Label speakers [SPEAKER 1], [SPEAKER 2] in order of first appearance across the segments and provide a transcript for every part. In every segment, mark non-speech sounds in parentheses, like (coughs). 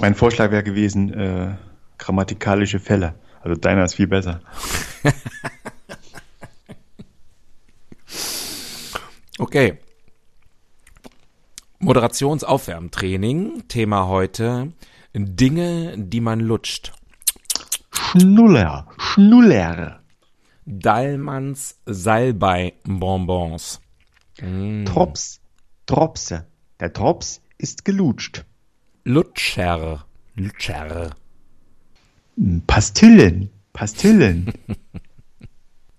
[SPEAKER 1] Mein Vorschlag wäre gewesen, äh, grammatikalische Fälle. Also deiner ist viel besser.
[SPEAKER 2] Okay. Moderationsaufwärmtraining. Thema heute. Dinge, die man lutscht.
[SPEAKER 1] Schnuller, Schnuller,
[SPEAKER 2] Dallmanns Salbei-Bonbons. Hm.
[SPEAKER 1] Trops, Tropse. Der Trops ist gelutscht.
[SPEAKER 2] Lutscher. Lutscher.
[SPEAKER 1] Pastillen, Pastillen.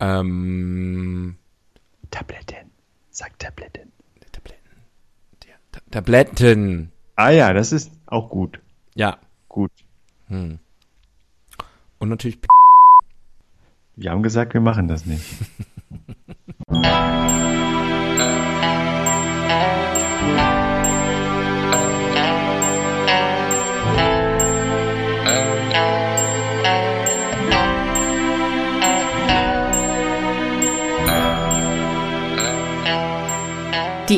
[SPEAKER 2] Ähm,
[SPEAKER 1] (laughs) Tabletten, sagt Tabletten.
[SPEAKER 2] Tabletten. Ja, Ta Tabletten.
[SPEAKER 1] Ah ja, das ist auch gut,
[SPEAKER 2] Ja.
[SPEAKER 1] gut.
[SPEAKER 2] Und natürlich P
[SPEAKER 1] Wir haben gesagt, wir machen das nicht.
[SPEAKER 3] Die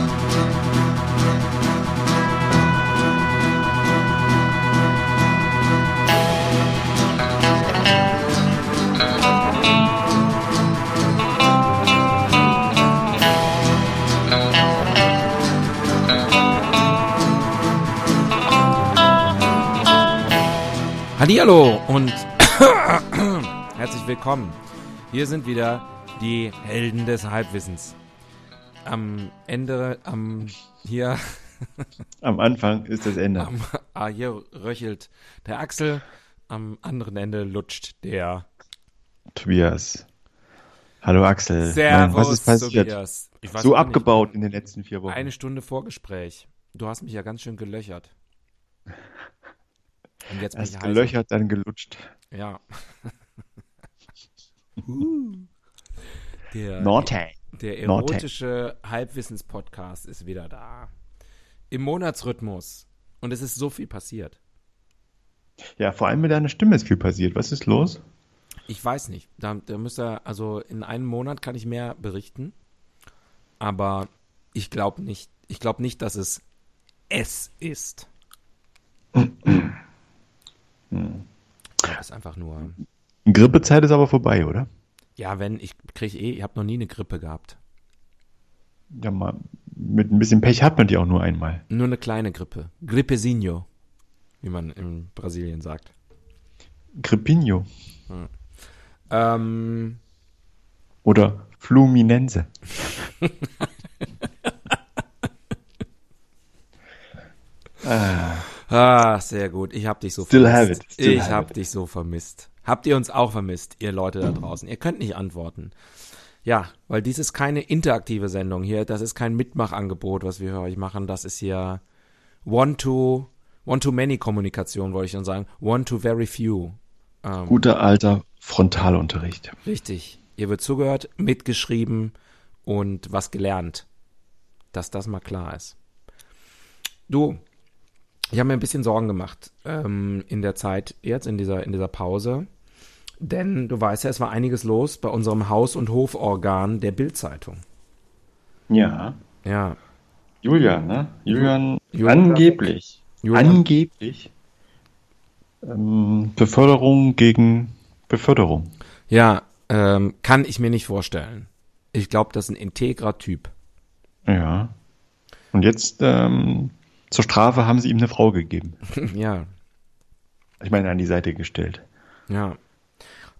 [SPEAKER 2] Hallihallo und (coughs) herzlich willkommen. Hier sind wieder die Helden des Halbwissens. Am Ende, am hier,
[SPEAKER 1] Am Anfang ist das Ende.
[SPEAKER 2] am, ah, hier röchelt der Axel, am anderen Ende lutscht der
[SPEAKER 1] Tobias. Hallo Axel. Äh, Nein,
[SPEAKER 2] Servus.
[SPEAKER 1] was ist passiert?
[SPEAKER 2] Tobias. Ich weiß
[SPEAKER 1] So
[SPEAKER 2] auch nicht.
[SPEAKER 1] abgebaut in den letzten vier Wochen.
[SPEAKER 2] Eine Stunde Vorgespräch. Du hast mich ja ganz schön gelöchert. Und jetzt bin ich
[SPEAKER 1] Erst
[SPEAKER 2] heiser.
[SPEAKER 1] gelöchert, dann gelutscht.
[SPEAKER 2] Ja.
[SPEAKER 1] (laughs) Uh.
[SPEAKER 2] der,
[SPEAKER 1] Norte.
[SPEAKER 2] der
[SPEAKER 1] Norte.
[SPEAKER 2] erotische Halbwissens-Podcast ist wieder da. Im Monatsrhythmus. Und es ist so viel passiert.
[SPEAKER 1] Ja, vor allem mit deiner Stimme ist viel passiert. Was ist los?
[SPEAKER 2] Ich weiß nicht. Da, da müsste, also in einem Monat kann ich mehr berichten. Aber ich glaube nicht, ich glaube nicht, dass es es ist. Ich glaub, es ist einfach nur.
[SPEAKER 1] Grippezeit ist aber vorbei, oder?
[SPEAKER 2] Ja, wenn, ich kriege eh, ich habe noch nie eine Grippe gehabt.
[SPEAKER 1] Ja, mal, mit ein bisschen Pech hat man die auch nur einmal.
[SPEAKER 2] Nur eine kleine Grippe. Grippezinho, wie man in Brasilien sagt.
[SPEAKER 1] Grippinho
[SPEAKER 2] Ähm,
[SPEAKER 1] oder Fluminense.
[SPEAKER 2] ah, sehr gut. Ich habe dich so
[SPEAKER 1] Still have
[SPEAKER 2] vermisst.
[SPEAKER 1] it. Still
[SPEAKER 2] ich
[SPEAKER 1] have
[SPEAKER 2] habe
[SPEAKER 1] it.
[SPEAKER 2] dich so vermisst. Habt ihr uns auch vermisst, ihr Leute da draußen? Ihr könnt nicht antworten. Ja, weil dies ist keine interaktive Sendung hier. Das ist kein Mitmachangebot, was wir für euch machen. Das ist hier One-to, One-to-Many-Kommunikation, wollte ich schon sagen. One-to-very-few. Ähm.
[SPEAKER 1] Guter alter Frontalunterricht.
[SPEAKER 2] Richtig. Ihr wird zugehört, mitgeschrieben und was gelernt. Dass das mal klar ist. Du, ich habe mir ein bisschen Sorgen gemacht ähm, in der Zeit jetzt, in dieser, in dieser Pause. Denn du weißt ja, es war einiges los bei unserem Haus- und Hoforgan der Bildzeitung.
[SPEAKER 1] Ja.
[SPEAKER 2] Ja,
[SPEAKER 1] Julian, ne? Julian,
[SPEAKER 2] Julian.
[SPEAKER 1] angeblich.
[SPEAKER 2] Julian.
[SPEAKER 1] Angeblich. Ähm, Beförderung gegen Beförderung.
[SPEAKER 2] ja ähm, kann ich mir nicht vorstellen. Ich glaube, das ist ein integrer Typ.
[SPEAKER 1] Ja. Und jetzt ähm, zur Strafe haben sie ihm eine Frau gegeben.
[SPEAKER 2] ja,
[SPEAKER 1] Ich meine, an die Seite gestellt.
[SPEAKER 2] Ja.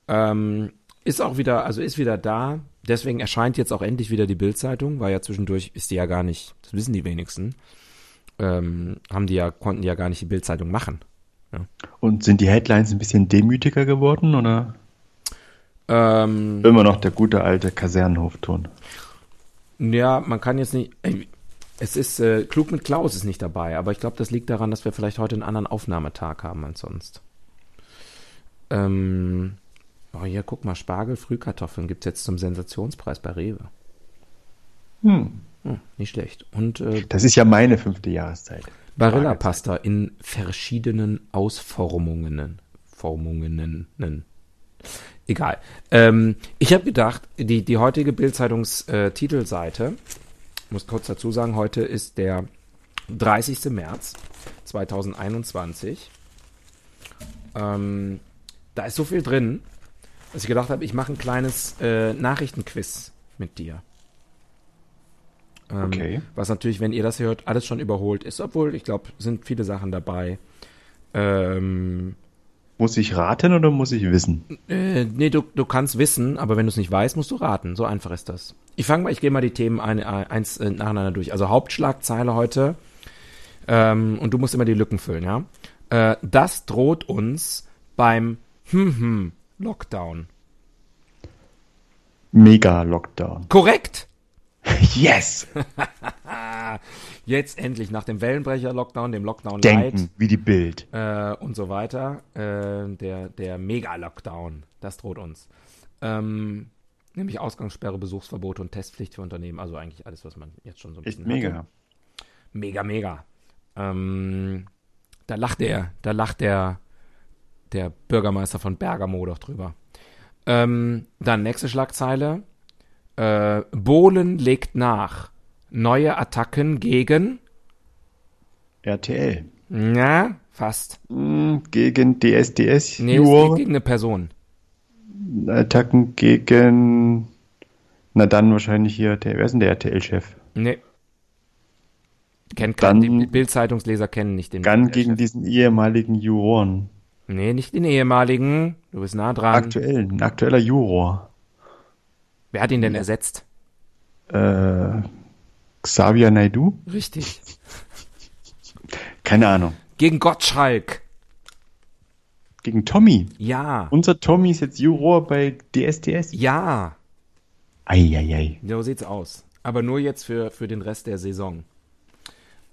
[SPEAKER 2] Ähm, ist auch wieder, also ist wieder da. Deswegen erscheint jetzt auch endlich wieder die Bildzeitung, weil ja zwischendurch ist die ja gar nicht, das wissen die wenigsten, ähm, haben die ja, konnten die ja gar nicht die Bildzeitung machen.
[SPEAKER 1] Und sind die Headlines ein bisschen demütiger geworden oder?
[SPEAKER 2] Ähm,
[SPEAKER 1] Immer noch der gute alte Kasernenhofton.
[SPEAKER 2] ja, man kann jetzt nicht. ey, Es ist äh, klug mit Klaus ist nicht dabei, aber ich glaube, das liegt daran, dass wir vielleicht heute einen anderen Aufnahmetag haben als sonst. Ähm, oh, hier, guck mal, Spargel, Frühkartoffeln gibt's jetzt zum Sensationspreis bei Rewe.
[SPEAKER 1] Hm.
[SPEAKER 2] Hm, nicht schlecht. Und äh,
[SPEAKER 1] Das ist ja meine fünfte Jahreszeit.
[SPEAKER 2] Barilla-Pasta in verschiedenen Ausformungen. Formungen. Egal. Ähm, ich habe gedacht, die, die heutige Bild-Zeitungs-Titelseite, muss kurz dazu sagen, heute ist der 30. März 2021. Ähm, da ist so viel drin, dass ich gedacht habe, ich mache ein kleines äh, Nachrichtenquiz mit dir. Ähm,
[SPEAKER 1] Okay.
[SPEAKER 2] Was natürlich, wenn ihr das hört, alles schon überholt ist, obwohl ich glaube, sind viele Sachen dabei. Ähm,
[SPEAKER 1] Muss ich raten oder muss ich wissen?
[SPEAKER 2] äh, nee, du, du kannst wissen, aber wenn du es nicht weißt, musst du raten. So einfach ist das. Ich fange mal, ich gehe mal die Themen ein, ein- eins äh, nacheinander durch. Also Hauptschlagzeile heute. Ähm, und du musst immer die Lücken füllen, ja? Äh, das droht uns beim hm, hm, Lockdown.
[SPEAKER 1] Mega-Lockdown.
[SPEAKER 2] Korrekt!
[SPEAKER 1] Yes!
[SPEAKER 2] Jetzt endlich nach dem Wellenbrecher-Lockdown, dem Lockdown
[SPEAKER 1] Denken wie die Bild.
[SPEAKER 2] Light äh, und so weiter. Äh, der der Mega-Lockdown, das droht uns. Ähm, nämlich Ausgangssperre, Besuchsverbote und Testpflicht für Unternehmen. Also eigentlich alles, was man jetzt schon so ein
[SPEAKER 1] Echt
[SPEAKER 2] bisschen Hatte.
[SPEAKER 1] mega.
[SPEAKER 2] Mega, mega. Ähm, da lacht er, da lacht der, der Bürgermeister von Bergamo doch drüber. Ähm, dann nächste Schlagzeile. Äh, Bohlen legt nach. Neue Attacken gegen.
[SPEAKER 1] RTL.
[SPEAKER 2] Na, ne, fast.
[SPEAKER 1] Hm, Gegen DSDS.
[SPEAKER 2] Nee, es
[SPEAKER 1] Jure.
[SPEAKER 2] geht gegen eine Person.
[SPEAKER 1] Attacken gegen. Na dann wahrscheinlich hier. Der, wer ist denn der RTL-Chef?
[SPEAKER 2] Nee. Kennt
[SPEAKER 1] Dann-
[SPEAKER 2] keinen. Die Bild-Zeitungsleser kennen nicht den.
[SPEAKER 1] Gun gegen diesen ehemaligen Juroren.
[SPEAKER 2] Nee, nicht den ehemaligen. Du bist nah dran.
[SPEAKER 1] Aktuell,
[SPEAKER 2] Mhm.
[SPEAKER 1] ein aktueller Juror.
[SPEAKER 2] Wer hat ihn denn ersetzt?
[SPEAKER 1] Äh, Xavier Naidu?
[SPEAKER 2] Richtig.
[SPEAKER 1] Keine Ahnung.
[SPEAKER 2] Gegen Gottschalk.
[SPEAKER 1] Gegen Tommy.
[SPEAKER 2] Ja.
[SPEAKER 1] Unser Tommy ist jetzt Juror bei DSDS.
[SPEAKER 2] Ja.
[SPEAKER 1] Eieiei.
[SPEAKER 2] So sieht's aus. Aber nur jetzt für, für den Rest der Saison.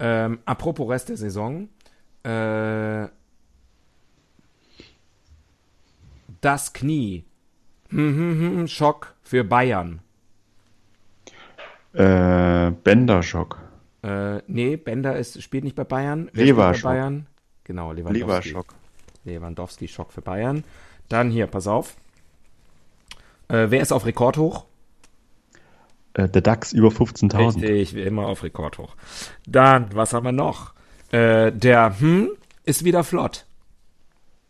[SPEAKER 2] Ähm, apropos Rest der Saison. Äh, das Knie. Hm, hm, hm, Schock für Bayern.
[SPEAKER 1] Äh, Bänderschock.
[SPEAKER 2] Äh, nee, Bender ist, spielt nicht bei Bayern. Wer spielt
[SPEAKER 1] Leverschock.
[SPEAKER 2] bei Bayern? Genau, Lewandowski.
[SPEAKER 1] Leberschock.
[SPEAKER 2] Lewandowski, Schock für Bayern. Dann hier, pass auf. Äh, wer ist auf Rekord hoch?
[SPEAKER 1] Äh, der DAX über 15.000.
[SPEAKER 2] Richtig, wie immer auf Rekord hoch. Dann, was haben wir noch? Äh, der hm ist wieder flott.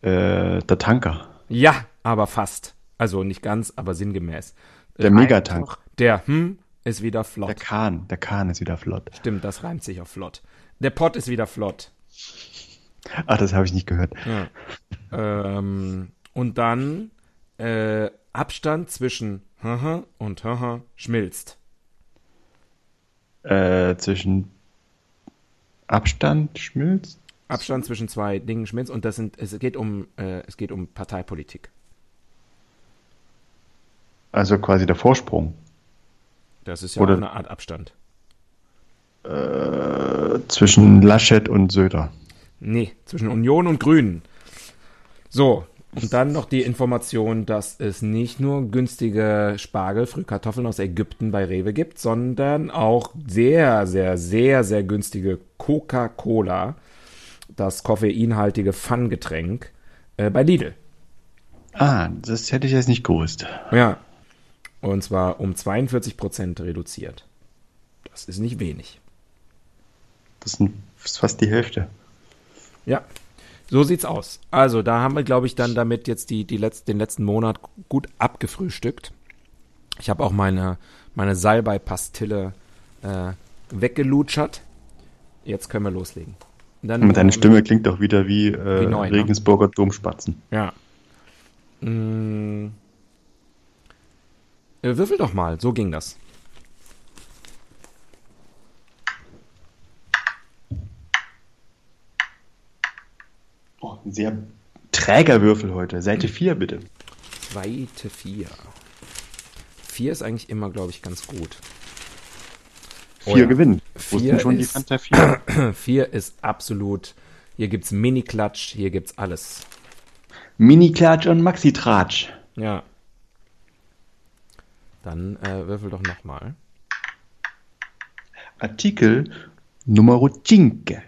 [SPEAKER 1] Äh, der Tanker.
[SPEAKER 2] Ja, aber fast. Also nicht ganz, aber sinngemäß.
[SPEAKER 1] Der
[SPEAKER 2] Äh,
[SPEAKER 1] Megatank.
[SPEAKER 2] einfach, Der hm ist wieder
[SPEAKER 1] Der
[SPEAKER 2] flott.
[SPEAKER 1] Kahn. Der Kahn ist wieder flott.
[SPEAKER 2] Stimmt, das reimt sich auf flott. Der Pott ist wieder flott.
[SPEAKER 1] Ah, das habe ich nicht gehört.
[SPEAKER 2] Ähm, und dann äh, Abstand zwischen haha und haha schmilzt.
[SPEAKER 1] Äh, zwischen Abstand schmilzt.
[SPEAKER 2] Abstand zwischen zwei Dingen schmilzt und das sind es geht um äh, es geht um Parteipolitik.
[SPEAKER 1] Also quasi der Vorsprung.
[SPEAKER 2] Das ist ja
[SPEAKER 1] Oder-
[SPEAKER 2] auch eine Art Abstand.
[SPEAKER 1] Zwischen Laschet und Söder.
[SPEAKER 2] Nee, zwischen Union und Grünen. So, und dann noch die Information, dass es nicht nur günstige Spargel, Frühkartoffeln aus Ägypten bei Rewe gibt, sondern auch sehr, sehr, sehr, sehr günstige Coca-Cola, das koffeinhaltige Fun-Getränk äh, bei Lidl.
[SPEAKER 1] Ah, das hätte ich jetzt nicht gewusst.
[SPEAKER 2] Ja. Und zwar um 42 Prozent reduziert. Das ist nicht wenig.
[SPEAKER 1] Das sind das ist fast die Hälfte.
[SPEAKER 2] Ja, so sieht's aus. Also, da haben wir, glaube ich, dann damit jetzt die, die letzt, den letzten Monat gut abgefrühstückt. Ich habe auch meine, meine Salbei-Pastille äh, weggelutschert. Jetzt können wir loslegen. Dann
[SPEAKER 1] Und deine Stimme klingt doch wieder wie, äh,
[SPEAKER 2] Wie neu, ne?
[SPEAKER 1] Regensburger Domspatzen.
[SPEAKER 2] Ja. Mm. Äh, Würfel doch mal, so ging das.
[SPEAKER 1] Oh, ein sehr träger Würfel heute. Seite 4 bitte.
[SPEAKER 2] Zweite Vier. Vier ist eigentlich immer, glaube ich, ganz gut.
[SPEAKER 1] 4
[SPEAKER 2] Oh ja.
[SPEAKER 1] gewinnt. Wo ist
[SPEAKER 2] Vier
[SPEAKER 1] denn schon die
[SPEAKER 2] ist-
[SPEAKER 1] Fanta 4?
[SPEAKER 2] Vier ist absolut. Hier gibt's Mini-Klatsch, hier gibt's alles.
[SPEAKER 1] Mini-Klatsch und Maxi-Tratsch.
[SPEAKER 2] Ja. Dann äh, würfel doch nochmal.
[SPEAKER 1] Artikel Nummer 5.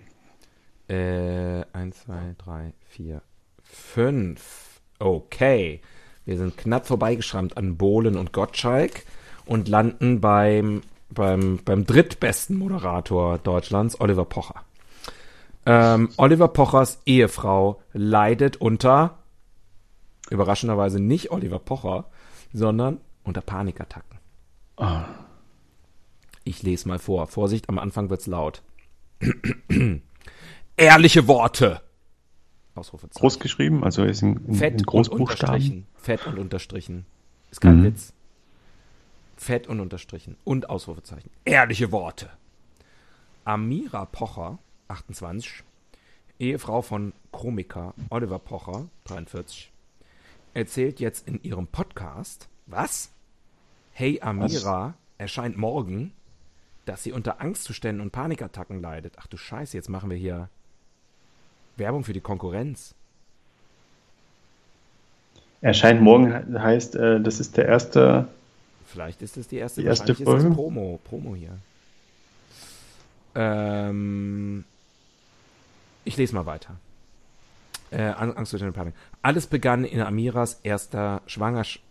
[SPEAKER 2] Äh, 1, 2, 3, 4, 5. Okay. Wir sind knapp vorbeigeschrammt an Bohlen und Gottschalk und landen beim, beim, beim drittbesten Moderator Deutschlands, Oliver Pocher. Ähm, Oliver Pochers Ehefrau leidet unter, überraschenderweise nicht Oliver Pocher, sondern unter Panikattacken. Ich lese mal vor. Vorsicht, am Anfang wird's laut. (clears throat) Ehrliche Worte! Ausrufezeichen.
[SPEAKER 1] Groß geschrieben, also ist in, in,
[SPEAKER 2] Fett
[SPEAKER 1] in
[SPEAKER 2] und
[SPEAKER 1] Großbuchstaben.
[SPEAKER 2] unterstrichen. Fett und unterstrichen. Ist kein
[SPEAKER 1] Mhm.
[SPEAKER 2] Witz. Fett und unterstrichen. Und Ausrufezeichen. Ehrliche Worte. Amira Pocher, 28, Ehefrau von Komiker Oliver Pocher, 43, erzählt jetzt in ihrem Podcast, was? Hey Amira erscheint morgen, dass sie unter Angstzuständen und Panikattacken leidet. Ach du Scheiße, jetzt machen wir hier Werbung für die Konkurrenz.
[SPEAKER 1] Erscheint morgen he- heißt, äh, das ist der erste.
[SPEAKER 2] Vielleicht ist es die erste,
[SPEAKER 1] Die erste
[SPEAKER 2] wahrscheinlich ist
[SPEAKER 1] Folge?
[SPEAKER 2] das Promo, Promo hier. Ähm, ich lese mal weiter. Äh, An- Angst vor der Panik. Alles begann in Amiras erster Schwangersch...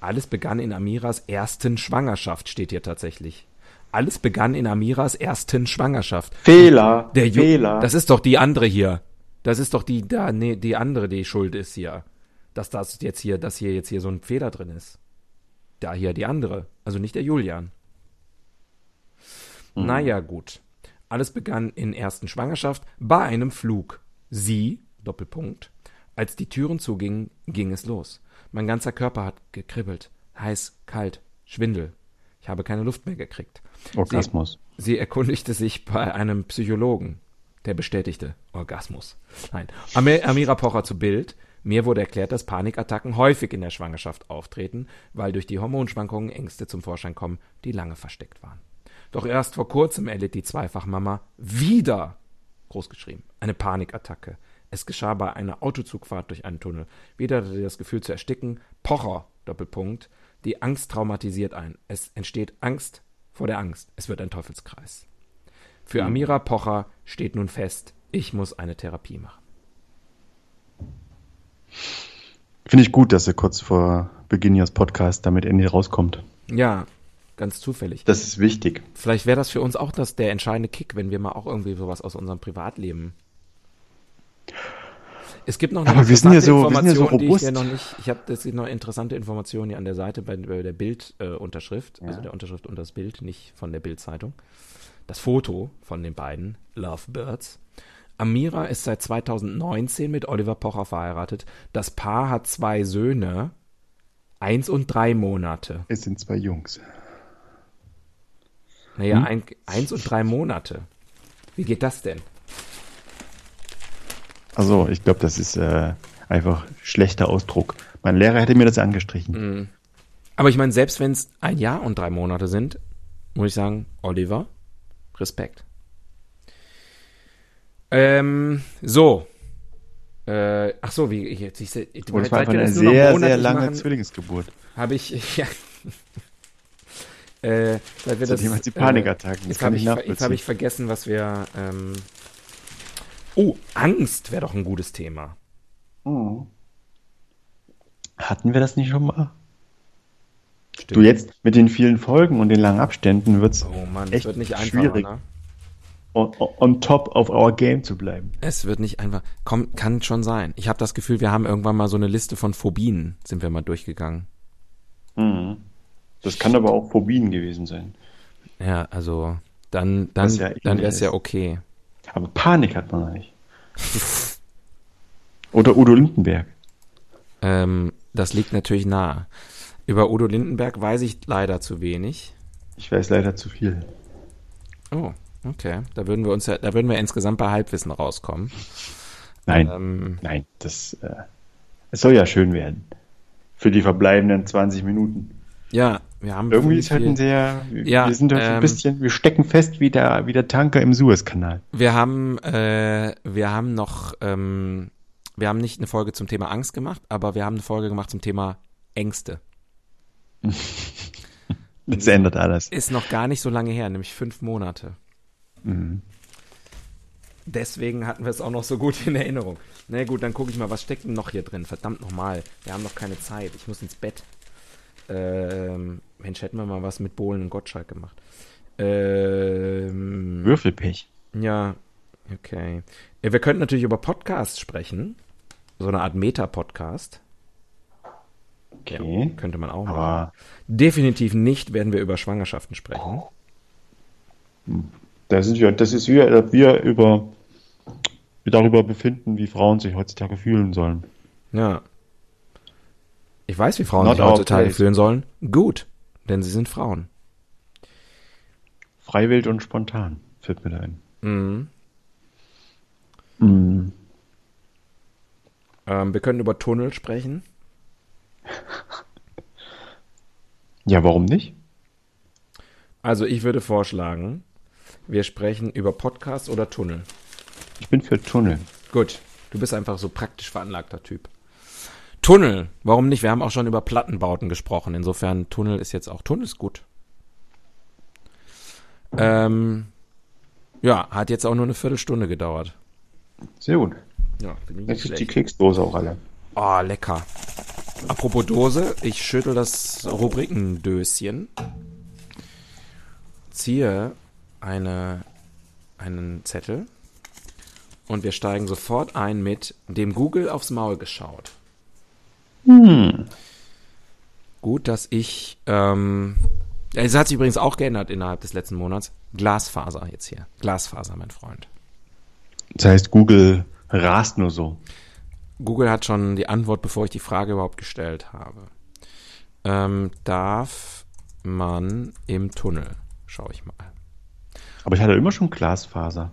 [SPEAKER 2] Alles begann in Amiras ersten Schwangerschaft, steht hier tatsächlich. Alles begann in Amiras ersten Schwangerschaft.
[SPEAKER 1] Fehler!
[SPEAKER 2] Der Ju
[SPEAKER 1] Fehler!
[SPEAKER 2] Das ist doch die andere hier. Das ist doch die da, nee, die andere, die schuld ist hier. Dass das jetzt hier, dass hier jetzt hier so ein Fehler drin ist. Da hier die andere, also nicht der Julian. Naja, gut. Alles begann in ersten Schwangerschaft bei einem Flug. Sie, Doppelpunkt. Als die Türen zugingen, ging es los. Mein ganzer Körper hat gekribbelt. Heiß, kalt, Schwindel. Ich habe keine Luft mehr gekriegt.
[SPEAKER 1] Orgasmus.
[SPEAKER 2] Sie erkundigte sich bei einem Psychologen, der bestätigte Orgasmus. Nein. Ami- Amira Pocher zu Bild. Mir wurde erklärt, dass Panikattacken häufig in der Schwangerschaft auftreten, weil durch die Hormonschwankungen Ängste zum Vorschein kommen, die lange versteckt waren. Doch erst vor kurzem erlitt die Zweifachmama wieder, großgeschrieben, eine Panikattacke. Es geschah bei einer Autozugfahrt durch einen Tunnel. Wieder hatte sie das Gefühl zu ersticken. Pocher, Doppelpunkt. Die Angst traumatisiert einen. Es entsteht Angst vor der Angst. Es wird ein Teufelskreis. Für Amira Pocher steht nun fest, ich muss eine Therapie machen.
[SPEAKER 1] Finde ich gut, dass er kurz vor Beginn ihres Podcasts damit endlich rauskommt.
[SPEAKER 2] Ja, ganz zufällig.
[SPEAKER 1] Das ist wichtig.
[SPEAKER 2] Vielleicht wäre das für uns auch das, der entscheidende Kick, wenn wir mal auch irgendwie sowas aus unserem Privatleben. Es gibt noch eine
[SPEAKER 1] Aber wir sind ja so- wir sind ja so
[SPEAKER 2] Information, die ich hier
[SPEAKER 1] robust.
[SPEAKER 2] noch nicht. Ich habe das sind noch interessante Informationen hier an der Seite bei, bei der Bildunterschrift, äh, Unterschrift, also der Unterschrift unter das Bild, nicht von der Bildzeitung. Das Foto von den beiden Lovebirds. Amira ist seit 2019 mit Oliver Pocher verheiratet. Das Paar hat zwei Söhne, eins und drei Monate.
[SPEAKER 1] Es sind zwei Jungs.
[SPEAKER 2] Naja, ein, eins und drei Monate. Wie geht das denn?
[SPEAKER 1] Also, ich glaube, das ist äh, einfach schlechter Ausdruck. Mein Lehrer hätte mir das
[SPEAKER 2] Mhm.
[SPEAKER 1] angestrichen.
[SPEAKER 2] Aber ich meine, selbst wenn es ein Jahr und drei Monate sind, muss ich sagen, Oliver, Respekt. Ähm, so. Äh, ach so, wie ich jetzt ich, se- ich,
[SPEAKER 1] Und es war
[SPEAKER 2] seit
[SPEAKER 1] einfach
[SPEAKER 2] wir
[SPEAKER 1] eine
[SPEAKER 2] das nur noch
[SPEAKER 1] sehr, sehr
[SPEAKER 2] monatlich
[SPEAKER 1] lange
[SPEAKER 2] machen,
[SPEAKER 1] Zwillingsgeburt.
[SPEAKER 2] Habe ich (laughs) ja. Äh, seit wir
[SPEAKER 1] Seitdem
[SPEAKER 2] das, äh,
[SPEAKER 1] hat sie Panikattacken, das
[SPEAKER 2] jetzt
[SPEAKER 1] kann
[SPEAKER 2] habe
[SPEAKER 1] ich
[SPEAKER 2] ich, ver- jetzt
[SPEAKER 1] nachvollziehen.
[SPEAKER 2] hab ich vergessen, was wir. Ähm, oh, Angst wäre doch ein gutes Thema.
[SPEAKER 1] Hatten wir das nicht schon mal?
[SPEAKER 2] Stimmt.
[SPEAKER 1] Du jetzt mit den vielen Folgen und den langen Abständen wird's
[SPEAKER 2] Oh Mann, es
[SPEAKER 1] echt
[SPEAKER 2] wird nicht einfacher.
[SPEAKER 1] schwierig,
[SPEAKER 2] Ne?
[SPEAKER 1] on, on top of our game zu bleiben.
[SPEAKER 2] Es wird nicht einfach. Komm, kann schon sein. Ich habe das Gefühl, wir haben irgendwann mal so eine Liste von Phobien, sind wir mal durchgegangen.
[SPEAKER 1] Das kann aber auch Phobien gewesen sein.
[SPEAKER 2] Ja, also dann, dann,
[SPEAKER 1] Was ja
[SPEAKER 2] dann wäre es
[SPEAKER 1] ähnlich
[SPEAKER 2] ja
[SPEAKER 1] ist.
[SPEAKER 2] okay.
[SPEAKER 1] Aber Panik hat man noch
[SPEAKER 2] (laughs)
[SPEAKER 1] nicht. Oder Udo Lindenberg.
[SPEAKER 2] Ähm, das liegt natürlich nahe. Über Udo Lindenberg weiß ich leider zu wenig.
[SPEAKER 1] Ich weiß leider zu viel.
[SPEAKER 2] Oh, okay. Da würden wir uns ja, da würden wir insgesamt bei Halbwissen rauskommen.
[SPEAKER 1] Nein,
[SPEAKER 2] Ähm,
[SPEAKER 1] nein, das äh, es soll ja schön werden. Für die verbleibenden 20 Minuten.
[SPEAKER 2] ja, wir haben
[SPEAKER 1] Irgendwie ist halt
[SPEAKER 2] viel-
[SPEAKER 1] ein sehr, wir-
[SPEAKER 2] Ja,
[SPEAKER 1] wir sind heute
[SPEAKER 2] ähm,
[SPEAKER 1] ein bisschen, wir stecken fest wie der, wie der Tanker im Suezkanal.
[SPEAKER 2] Wir haben, äh, wir haben noch, ähm, wir haben nicht eine Folge zum Thema Angst gemacht, aber wir haben eine Folge gemacht zum Thema Ängste.
[SPEAKER 1] Das
[SPEAKER 2] Mhm.
[SPEAKER 1] ändert alles. Mhm.
[SPEAKER 2] Ist noch gar nicht so lange her, nämlich fünf Monate. Deswegen hatten wir es auch noch so gut in Erinnerung. Na gut, dann gucke ich mal, was steckt denn noch hier drin? Verdammt nochmal, wir haben noch keine Zeit. Ich muss ins Bett. Ähm, Mensch, hätten wir mal was mit Bohlen und Gottschalk gemacht. Ähm,
[SPEAKER 1] Würfelpech.
[SPEAKER 2] ja, okay. Äh, Wir könnten natürlich über Podcasts sprechen. So eine Art Meta-Podcast.
[SPEAKER 1] Okay.
[SPEAKER 2] Könnte man auch machen.
[SPEAKER 1] Aber
[SPEAKER 2] Definitiv nicht werden wir über Schwangerschaften sprechen.
[SPEAKER 1] das ist ja, das ist wie, als ob wir über wir darüber befinden, wie Frauen sich heutzutage fühlen sollen.
[SPEAKER 2] Ja. Ich weiß, wie Frauen
[SPEAKER 1] Not
[SPEAKER 2] sich
[SPEAKER 1] our
[SPEAKER 2] heutzutage
[SPEAKER 1] place.
[SPEAKER 2] fühlen sollen. Gut, denn sie sind Frauen.
[SPEAKER 1] Freiwillig und spontan, fällt mir da ein.
[SPEAKER 2] Mhm.
[SPEAKER 1] Mhm.
[SPEAKER 2] Ähm, wir können über Tunnel sprechen.
[SPEAKER 1] Ja, warum nicht?
[SPEAKER 2] Also ich würde vorschlagen, wir sprechen über Podcast oder Tunnel.
[SPEAKER 1] Ich bin für Tunnel.
[SPEAKER 2] Gut, du bist einfach so praktisch veranlagter Typ. Tunnel, warum nicht? Wir haben auch schon über Plattenbauten gesprochen. Insofern Tunnel ist jetzt auch Tunnel ist gut. Ähm, ja, hat jetzt auch nur eine Viertelstunde gedauert.
[SPEAKER 1] Sehr gut.
[SPEAKER 2] Ja, bin ich
[SPEAKER 1] Jetzt ist die Keksdose auch alle.
[SPEAKER 2] Oh, lecker. Apropos Dose, ich schüttel das Rubrikendöschen, ziehe eine, einen Zettel und wir steigen sofort ein mit dem Google aufs Maul geschaut. Gut, dass ich. Ähm, es hat sich übrigens auch geändert innerhalb des letzten Monats. Glasfaser jetzt hier. Glasfaser, mein Freund.
[SPEAKER 1] Das heißt, Google rast nur so.
[SPEAKER 2] Google hat schon die Antwort, bevor ich die Frage überhaupt gestellt habe. Ähm, darf man im Tunnel? Schau ich mal.
[SPEAKER 1] Aber ich hatte immer schon Glasfaser.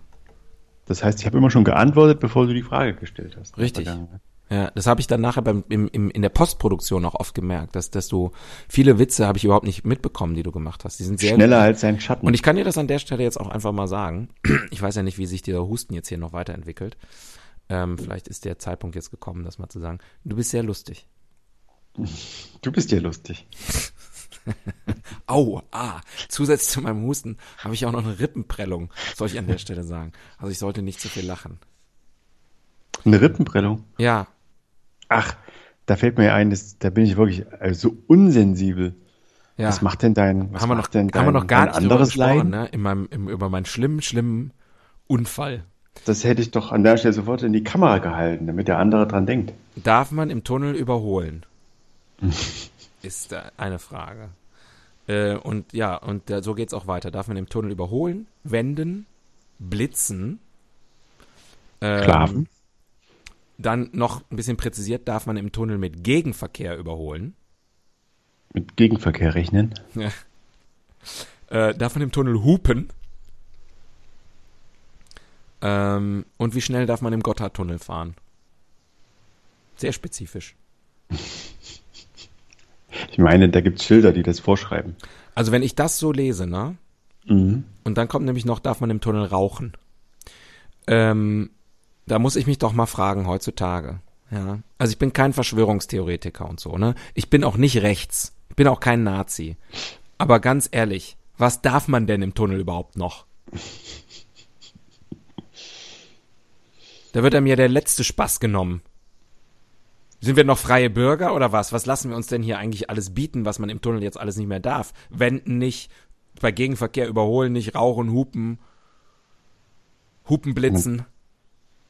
[SPEAKER 1] Das heißt, ich habe immer schon geantwortet, bevor du die Frage gestellt hast.
[SPEAKER 2] Richtig.
[SPEAKER 1] Vergangenheit.
[SPEAKER 2] Ja, das habe ich dann nachher beim, im, im, in der Postproduktion auch oft gemerkt, dass, dass du viele Witze habe ich überhaupt nicht mitbekommen, die du gemacht hast. Die sind sehr
[SPEAKER 1] Schneller als sein Schatten.
[SPEAKER 2] Und ich kann dir das an der Stelle jetzt auch einfach mal sagen. (clears throat) Ich weiß ja nicht, wie sich dieser Husten jetzt hier noch weiterentwickelt. Ähm, vielleicht ist der Zeitpunkt jetzt gekommen, das mal zu sagen. Du bist sehr lustig.
[SPEAKER 1] du bist ja lustig.
[SPEAKER 2] Au, ah, zusätzlich zu meinem Husten habe ich auch noch eine Rippenprellung, soll ich an der Stelle sagen. Also ich sollte nicht zu viel lachen.
[SPEAKER 1] Eine Rippenprellung.
[SPEAKER 2] Ja,
[SPEAKER 1] Ach, da fällt mir ein, das, da bin ich wirklich äh, so unsensibel.
[SPEAKER 2] ja.
[SPEAKER 1] Was macht denn dein, was
[SPEAKER 2] haben wir noch,
[SPEAKER 1] macht denn dein,
[SPEAKER 2] haben wir noch gar
[SPEAKER 1] dein
[SPEAKER 2] nicht
[SPEAKER 1] anderes
[SPEAKER 2] drüber gesprochen,
[SPEAKER 1] Leiden?
[SPEAKER 2] ne? In meinem, im, über meinen schlimmen, schlimmen Unfall.
[SPEAKER 1] Das hätte ich doch an der Stelle sofort in die Kamera gehalten, damit der andere dran denkt.
[SPEAKER 2] Darf man im
[SPEAKER 1] (laughs)
[SPEAKER 2] Tunnel überholen? Ist da eine Frage. Äh, und ja, und da, so geht's auch weiter. Darf man im Tunnel überholen, wenden, blitzen? Ähm,
[SPEAKER 1] Schlafen.
[SPEAKER 2] Dann noch ein bisschen präzisiert, darf man im Tunnel mit Gegenverkehr überholen?
[SPEAKER 1] Mit Gegenverkehr rechnen.
[SPEAKER 2] Äh, darf man im Tunnel hupen? Ähm, und wie schnell darf man im Gotthardtunnel fahren? Sehr spezifisch.
[SPEAKER 1] Ich meine, da gibt's Schilder, die das vorschreiben.
[SPEAKER 2] Also wenn ich das so lese, ne? Und dann kommt nämlich noch, darf man im Tunnel rauchen? Ähm, da muss ich mich doch mal fragen heutzutage. Ja. Also ich bin kein Verschwörungstheoretiker und so, ne? Ich bin auch nicht rechts. Ich bin auch kein Nazi. Aber ganz ehrlich, was darf man denn im Tunnel überhaupt noch? Da wird einem ja der letzte Spaß genommen. Sind wir noch freie Bürger oder was? Was lassen wir uns denn hier eigentlich alles bieten, was man im Tunnel jetzt alles nicht mehr darf? Wenden nicht, bei Gegenverkehr überholen nicht, rauchen, hupen, hupen blitzen.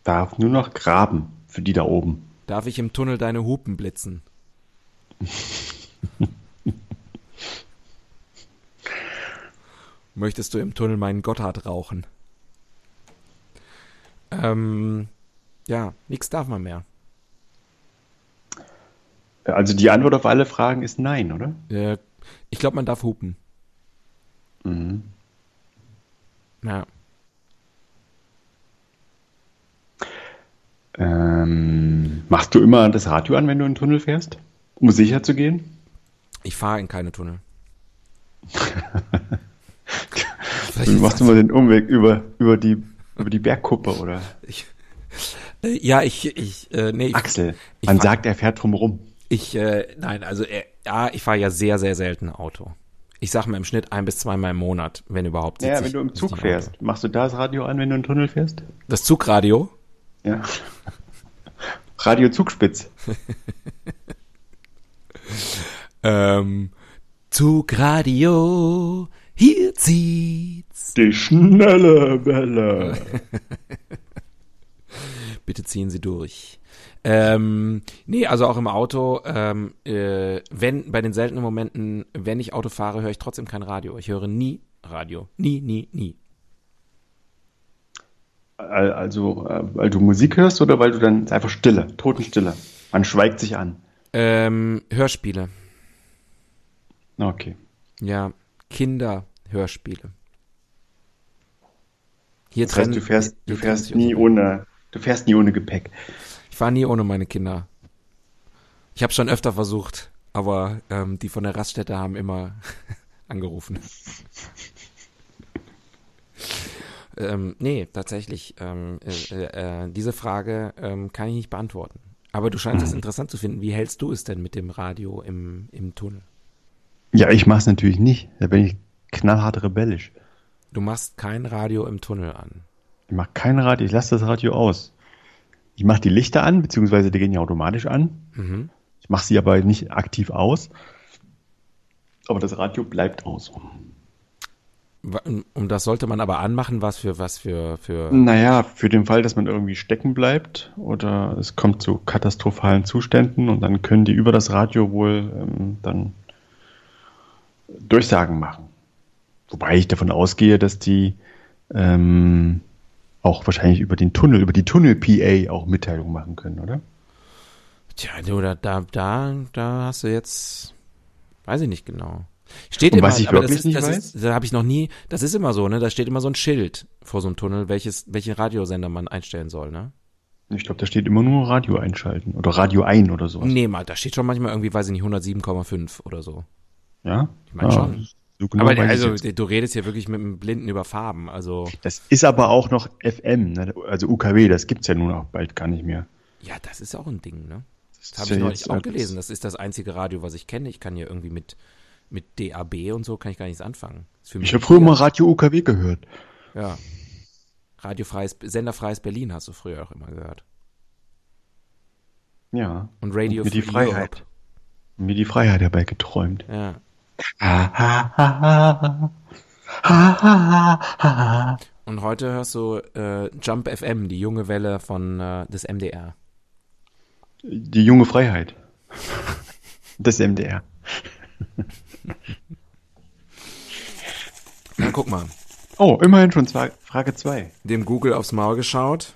[SPEAKER 1] Darf nur noch graben für die da oben.
[SPEAKER 2] Darf ich im Tunnel deine Hupen blitzen? Möchtest du im Tunnel meinen Gotthard rauchen? Ähm, ja, nichts darf man mehr.
[SPEAKER 1] Also die Antwort auf alle Fragen ist nein, oder?
[SPEAKER 2] Äh, ich glaube, man darf hupen. Mhm. Ja.
[SPEAKER 1] Ähm, machst du immer das Radio an, wenn du in den Tunnel fährst? Um sicher zu gehen?
[SPEAKER 2] Ich fahre in
[SPEAKER 1] (laughs)
[SPEAKER 2] keine Tunnel.
[SPEAKER 1] Du machst immer den Umweg über, über, die, über die Bergkuppe oder
[SPEAKER 2] Äh, ja, ich, ich, äh, nee, ich,
[SPEAKER 1] Axel.
[SPEAKER 2] Ich
[SPEAKER 1] Man
[SPEAKER 2] fahr-
[SPEAKER 1] sagt, er fährt drumherum.
[SPEAKER 2] ich äh, nein, also, äh, ja, ich fahre ja sehr, sehr selten Auto. ich sag mal im Schnitt ein bis zweimal im Monat, wenn überhaupt.
[SPEAKER 1] Ja,
[SPEAKER 2] sitz
[SPEAKER 1] wenn
[SPEAKER 2] ich
[SPEAKER 1] du im
[SPEAKER 2] nicht
[SPEAKER 1] Zug
[SPEAKER 2] Auto.
[SPEAKER 1] fährst, machst du da das Radio an, wenn du im Tunnel fährst?
[SPEAKER 2] Das Zugradio?
[SPEAKER 1] Ja. Radio Zugspitz.
[SPEAKER 2] Ähm, Zugradio, hier zieht's.
[SPEAKER 1] Die schnelle Welle.
[SPEAKER 2] Bitte ziehen Sie durch. Ähm, nee, also auch im Auto, ähm, äh, wenn, bei den seltenen Momenten, wenn ich Auto fahre, höre ich trotzdem kein Radio. Ich höre nie Radio. Nie, nie, nie.
[SPEAKER 1] Al- Also, äh, weil du Musik hörst oder weil du dann ist einfach Stille, Totenstille. Man schweigt sich an.
[SPEAKER 2] Ähm, Hörspiele.
[SPEAKER 1] Na, Okay.
[SPEAKER 2] Ja, Kinderhörspiele. Hier
[SPEAKER 1] Das heißt,
[SPEAKER 2] trennen-
[SPEAKER 1] du fährst,
[SPEAKER 2] hier
[SPEAKER 1] du
[SPEAKER 2] trennen
[SPEAKER 1] fährst
[SPEAKER 2] sich unsere
[SPEAKER 1] nie ohne, du fährst nie ohne Gepäck.
[SPEAKER 2] Ich fahre nie ohne meine Kinder. Ich habe schon öfter versucht, aber ähm, die von der Raststätte haben immer (laughs) angerufen. ähm, nee, tatsächlich, ähm, äh, äh, diese Frage ähm, kann ich nicht beantworten. Aber du scheinst es interessant zu finden. Wie hältst du es denn mit dem Radio im, im Tunnel?
[SPEAKER 1] Ja, ich mach's natürlich nicht. Da bin ich knallhart rebellisch.
[SPEAKER 2] Du machst kein Radio im Tunnel an.
[SPEAKER 1] Ich mach kein Radio, ich lasse das Radio aus. Ich mache die Lichter an, beziehungsweise die gehen ja automatisch an. Ich mache sie aber nicht aktiv aus. Aber das Radio bleibt aus.
[SPEAKER 2] Wa- Und das sollte man aber anmachen, was für, was für, für.
[SPEAKER 1] Naja, für den Fall, dass man irgendwie stecken bleibt oder es kommt zu katastrophalen Zuständen und dann können die über das Radio wohl ähm, dann Durchsagen machen. Wobei ich davon ausgehe, dass die ähm, auch wahrscheinlich über den Tunnel, über die Tunnel-PA auch Mitteilungen machen können, oder?
[SPEAKER 2] Tja, du, da, da, da, da hast du jetzt, weiß ich nicht genau. Steht
[SPEAKER 1] Und
[SPEAKER 2] immer,
[SPEAKER 1] was ich
[SPEAKER 2] aber
[SPEAKER 1] wirklich
[SPEAKER 2] das ist,
[SPEAKER 1] nicht
[SPEAKER 2] das
[SPEAKER 1] weiß?
[SPEAKER 2] Ist, da habe ich noch nie, das ist immer so, ne? Da steht immer so ein Schild vor so einem Tunnel, welches, welchen Radiosender man einstellen soll, ne?
[SPEAKER 1] Ich glaube, da steht immer nur Radio einschalten oder Radio ein oder sowas.
[SPEAKER 2] Nee, mal, da steht schon manchmal irgendwie, weiß ich nicht, 107,5 oder so.
[SPEAKER 1] Ja? Ich
[SPEAKER 2] mein schon.
[SPEAKER 1] So genau
[SPEAKER 2] aber
[SPEAKER 1] weiß ich
[SPEAKER 2] also,
[SPEAKER 1] jetzt.
[SPEAKER 2] du redest hier wirklich mit einem Blinden über Farben, also,
[SPEAKER 1] das ist aber auch noch FM, ne? also UKW, das gibt's ja nun auch bald gar nicht mehr.
[SPEAKER 2] ja, das ist auch ein Ding, ne?
[SPEAKER 1] Das
[SPEAKER 2] Das habe
[SPEAKER 1] ist
[SPEAKER 2] ich
[SPEAKER 1] ja
[SPEAKER 2] neulich
[SPEAKER 1] jetzt
[SPEAKER 2] auch
[SPEAKER 1] alles-
[SPEAKER 2] gelesen. Das ist das einzige Radio, was ich kenne. Ich kann hier irgendwie mit, mit DAB und so kann ich gar nichts anfangen. Ist für mich
[SPEAKER 1] Ich habe früher mal Radio UKW gehört.
[SPEAKER 2] Ja. Radiofreies, senderfreies Berlin hast du früher auch immer gehört.
[SPEAKER 1] Ja.
[SPEAKER 2] Und Radio
[SPEAKER 1] mir die
[SPEAKER 2] Free
[SPEAKER 1] Freiheit. Und Mir die Freiheit dabei geträumt.
[SPEAKER 2] Europe. Ja. Und heute hörst du äh, Jump FM, die junge Welle von äh, des MDR.
[SPEAKER 1] (laughs) Die junge Freiheit. Das MDR.
[SPEAKER 2] Na, guck mal.
[SPEAKER 1] Oh, immerhin schon zwei, Frage 2.
[SPEAKER 2] Dem Google aufs Maul geschaut.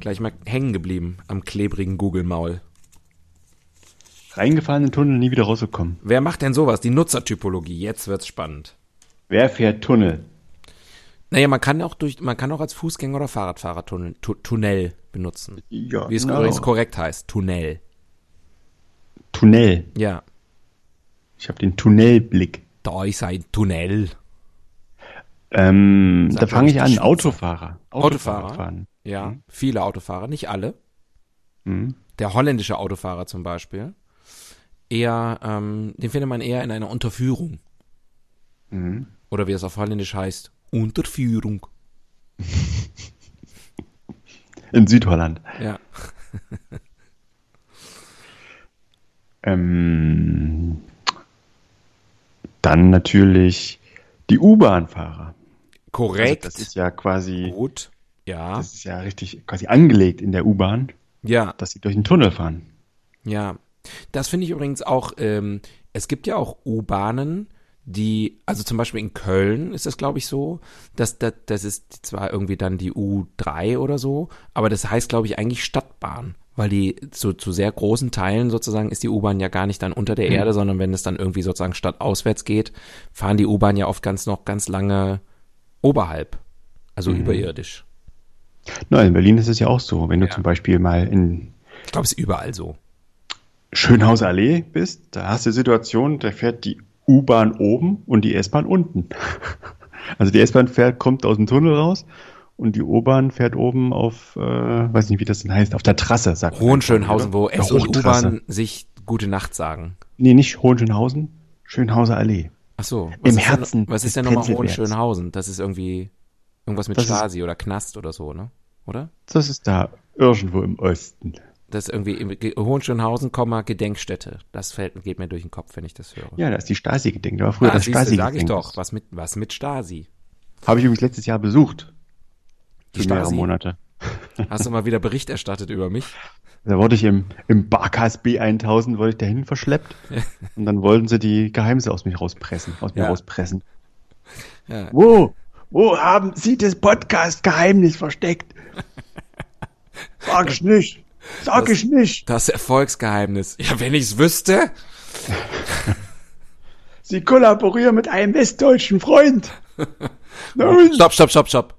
[SPEAKER 2] Gleich mal hängen geblieben am klebrigen Google-Maul.
[SPEAKER 1] Reingefallen in den Tunnel, nie wieder rausgekommen.
[SPEAKER 2] Wer macht denn sowas? Die Nutzertypologie. Jetzt wird's spannend.
[SPEAKER 1] Wer fährt Tunnel?
[SPEAKER 2] Naja, man kann auch durch, man kann auch als Fußgänger oder Fahrradfahrer Tunnel, tu, Tunnel benutzen.
[SPEAKER 1] Ja,
[SPEAKER 2] Wie es
[SPEAKER 1] genau.
[SPEAKER 2] übrigens korrekt heißt, Tunnel.
[SPEAKER 1] Tunnel.
[SPEAKER 2] Ja,
[SPEAKER 1] Ich habe den Tunnelblick.
[SPEAKER 2] da ist ein Tunnel.
[SPEAKER 1] Ähm, da
[SPEAKER 2] Sag
[SPEAKER 1] fange
[SPEAKER 2] mal,
[SPEAKER 1] ich
[SPEAKER 2] was
[SPEAKER 1] an.
[SPEAKER 2] die
[SPEAKER 1] Autofahrer.
[SPEAKER 2] Autofahrer.
[SPEAKER 1] fahren.
[SPEAKER 2] Ja, viele Autofahrer, nicht alle.
[SPEAKER 1] Hm?
[SPEAKER 2] Der holländische Autofahrer zum Beispiel, eher, ähm, den findet man eher in einer Unterführung.
[SPEAKER 1] Hm?
[SPEAKER 2] Oder wie es auf Holländisch heißt, Unterführung.
[SPEAKER 1] In Südholland.
[SPEAKER 2] Ja.
[SPEAKER 1] Ähm, dann natürlich die U-Bahn-Fahrer.
[SPEAKER 2] Korrekt.
[SPEAKER 1] Also das ist ja quasi,
[SPEAKER 2] Gut. Ja.
[SPEAKER 1] das ist ja richtig quasi angelegt in der U-Bahn,
[SPEAKER 2] ja.
[SPEAKER 1] dass sie durch den Tunnel fahren.
[SPEAKER 2] Ja, das finde ich übrigens auch, ähm, es gibt ja auch U-Bahnen, die, also zum Beispiel in Köln ist das, glaube ich, so, dass das, das ist zwar irgendwie dann die U3 oder so, aber das heißt, glaube ich, eigentlich Stadtbahn, weil die zu, zu sehr großen Teilen sozusagen ist die U-Bahn ja gar nicht dann unter der Erde, sondern wenn es dann irgendwie sozusagen stadtauswärts geht, fahren die U-Bahn ja oft ganz noch ganz lange oberhalb, also überirdisch.
[SPEAKER 1] Nein, in Berlin ist es ja auch so. Wenn du zum Beispiel mal in
[SPEAKER 2] Ich glaube, es ist überall so.
[SPEAKER 1] Schönhauser Allee bist, da hast du die Situation, da fährt die U-Bahn oben und die S-Bahn unten. (laughs) Also die S-Bahn fährt, kommt aus dem Tunnel raus und die U-Bahn fährt oben auf, äh, weiß nicht, wie das denn heißt, auf der Trasse, sagt man.
[SPEAKER 2] Hohenschönhausen, wo
[SPEAKER 1] Oder
[SPEAKER 2] S und
[SPEAKER 1] Hochtrasse.
[SPEAKER 2] U-Bahn sich gute Nacht sagen.
[SPEAKER 1] Nee, nicht Hohenschönhausen, Schönhauser Allee.
[SPEAKER 2] Ach so. was
[SPEAKER 1] Im
[SPEAKER 2] ist
[SPEAKER 1] Herzen
[SPEAKER 2] Denn, was
[SPEAKER 1] des
[SPEAKER 2] ist denn nochmal
[SPEAKER 1] Prenzlbergs.
[SPEAKER 2] Hohenschönhausen? Das ist irgendwie irgendwas mit
[SPEAKER 1] Das ist-
[SPEAKER 2] Stasi oder Knast oder so, ne? Oder?
[SPEAKER 1] Das ist da irgendwo im Osten.
[SPEAKER 2] Das ist irgendwie im Ge- Hohenschönhausen, Komma, Gedenkstätte. Das fällt, geht mir durch den Kopf, wenn ich das höre.
[SPEAKER 1] Ja, da ist die Stasi gedenkt. Da war früher
[SPEAKER 2] ah,
[SPEAKER 1] das
[SPEAKER 2] siehst du,
[SPEAKER 1] Stasi
[SPEAKER 2] sag ich doch. Was mit, was mit Stasi?
[SPEAKER 1] Habe ich übrigens letztes Jahr besucht.
[SPEAKER 2] Die
[SPEAKER 1] Für mehrere
[SPEAKER 2] Stasi?
[SPEAKER 1] Monate.
[SPEAKER 2] Hast du mal wieder Bericht erstattet über mich?
[SPEAKER 1] Da wurde ich im, im Barkas B1000 wurde ich dahin verschleppt.
[SPEAKER 2] (laughs)
[SPEAKER 1] und dann wollten sie die Geheimnisse aus mich rauspressen. Aus mir
[SPEAKER 2] Ja.
[SPEAKER 1] rauspressen.
[SPEAKER 2] Ja.
[SPEAKER 1] Wo? Wo haben Sie das Podcast-Geheimnis
[SPEAKER 2] (laughs)
[SPEAKER 1] versteckt? Sag ich nicht. Sag ich nicht.
[SPEAKER 2] Das Erfolgsgeheimnis. Ja, wenn ich's wüsste.
[SPEAKER 1] Sie kollaborieren mit einem westdeutschen
[SPEAKER 2] (laughs)
[SPEAKER 1] Freund. Nein,
[SPEAKER 2] Stopp, stopp, stopp, stopp.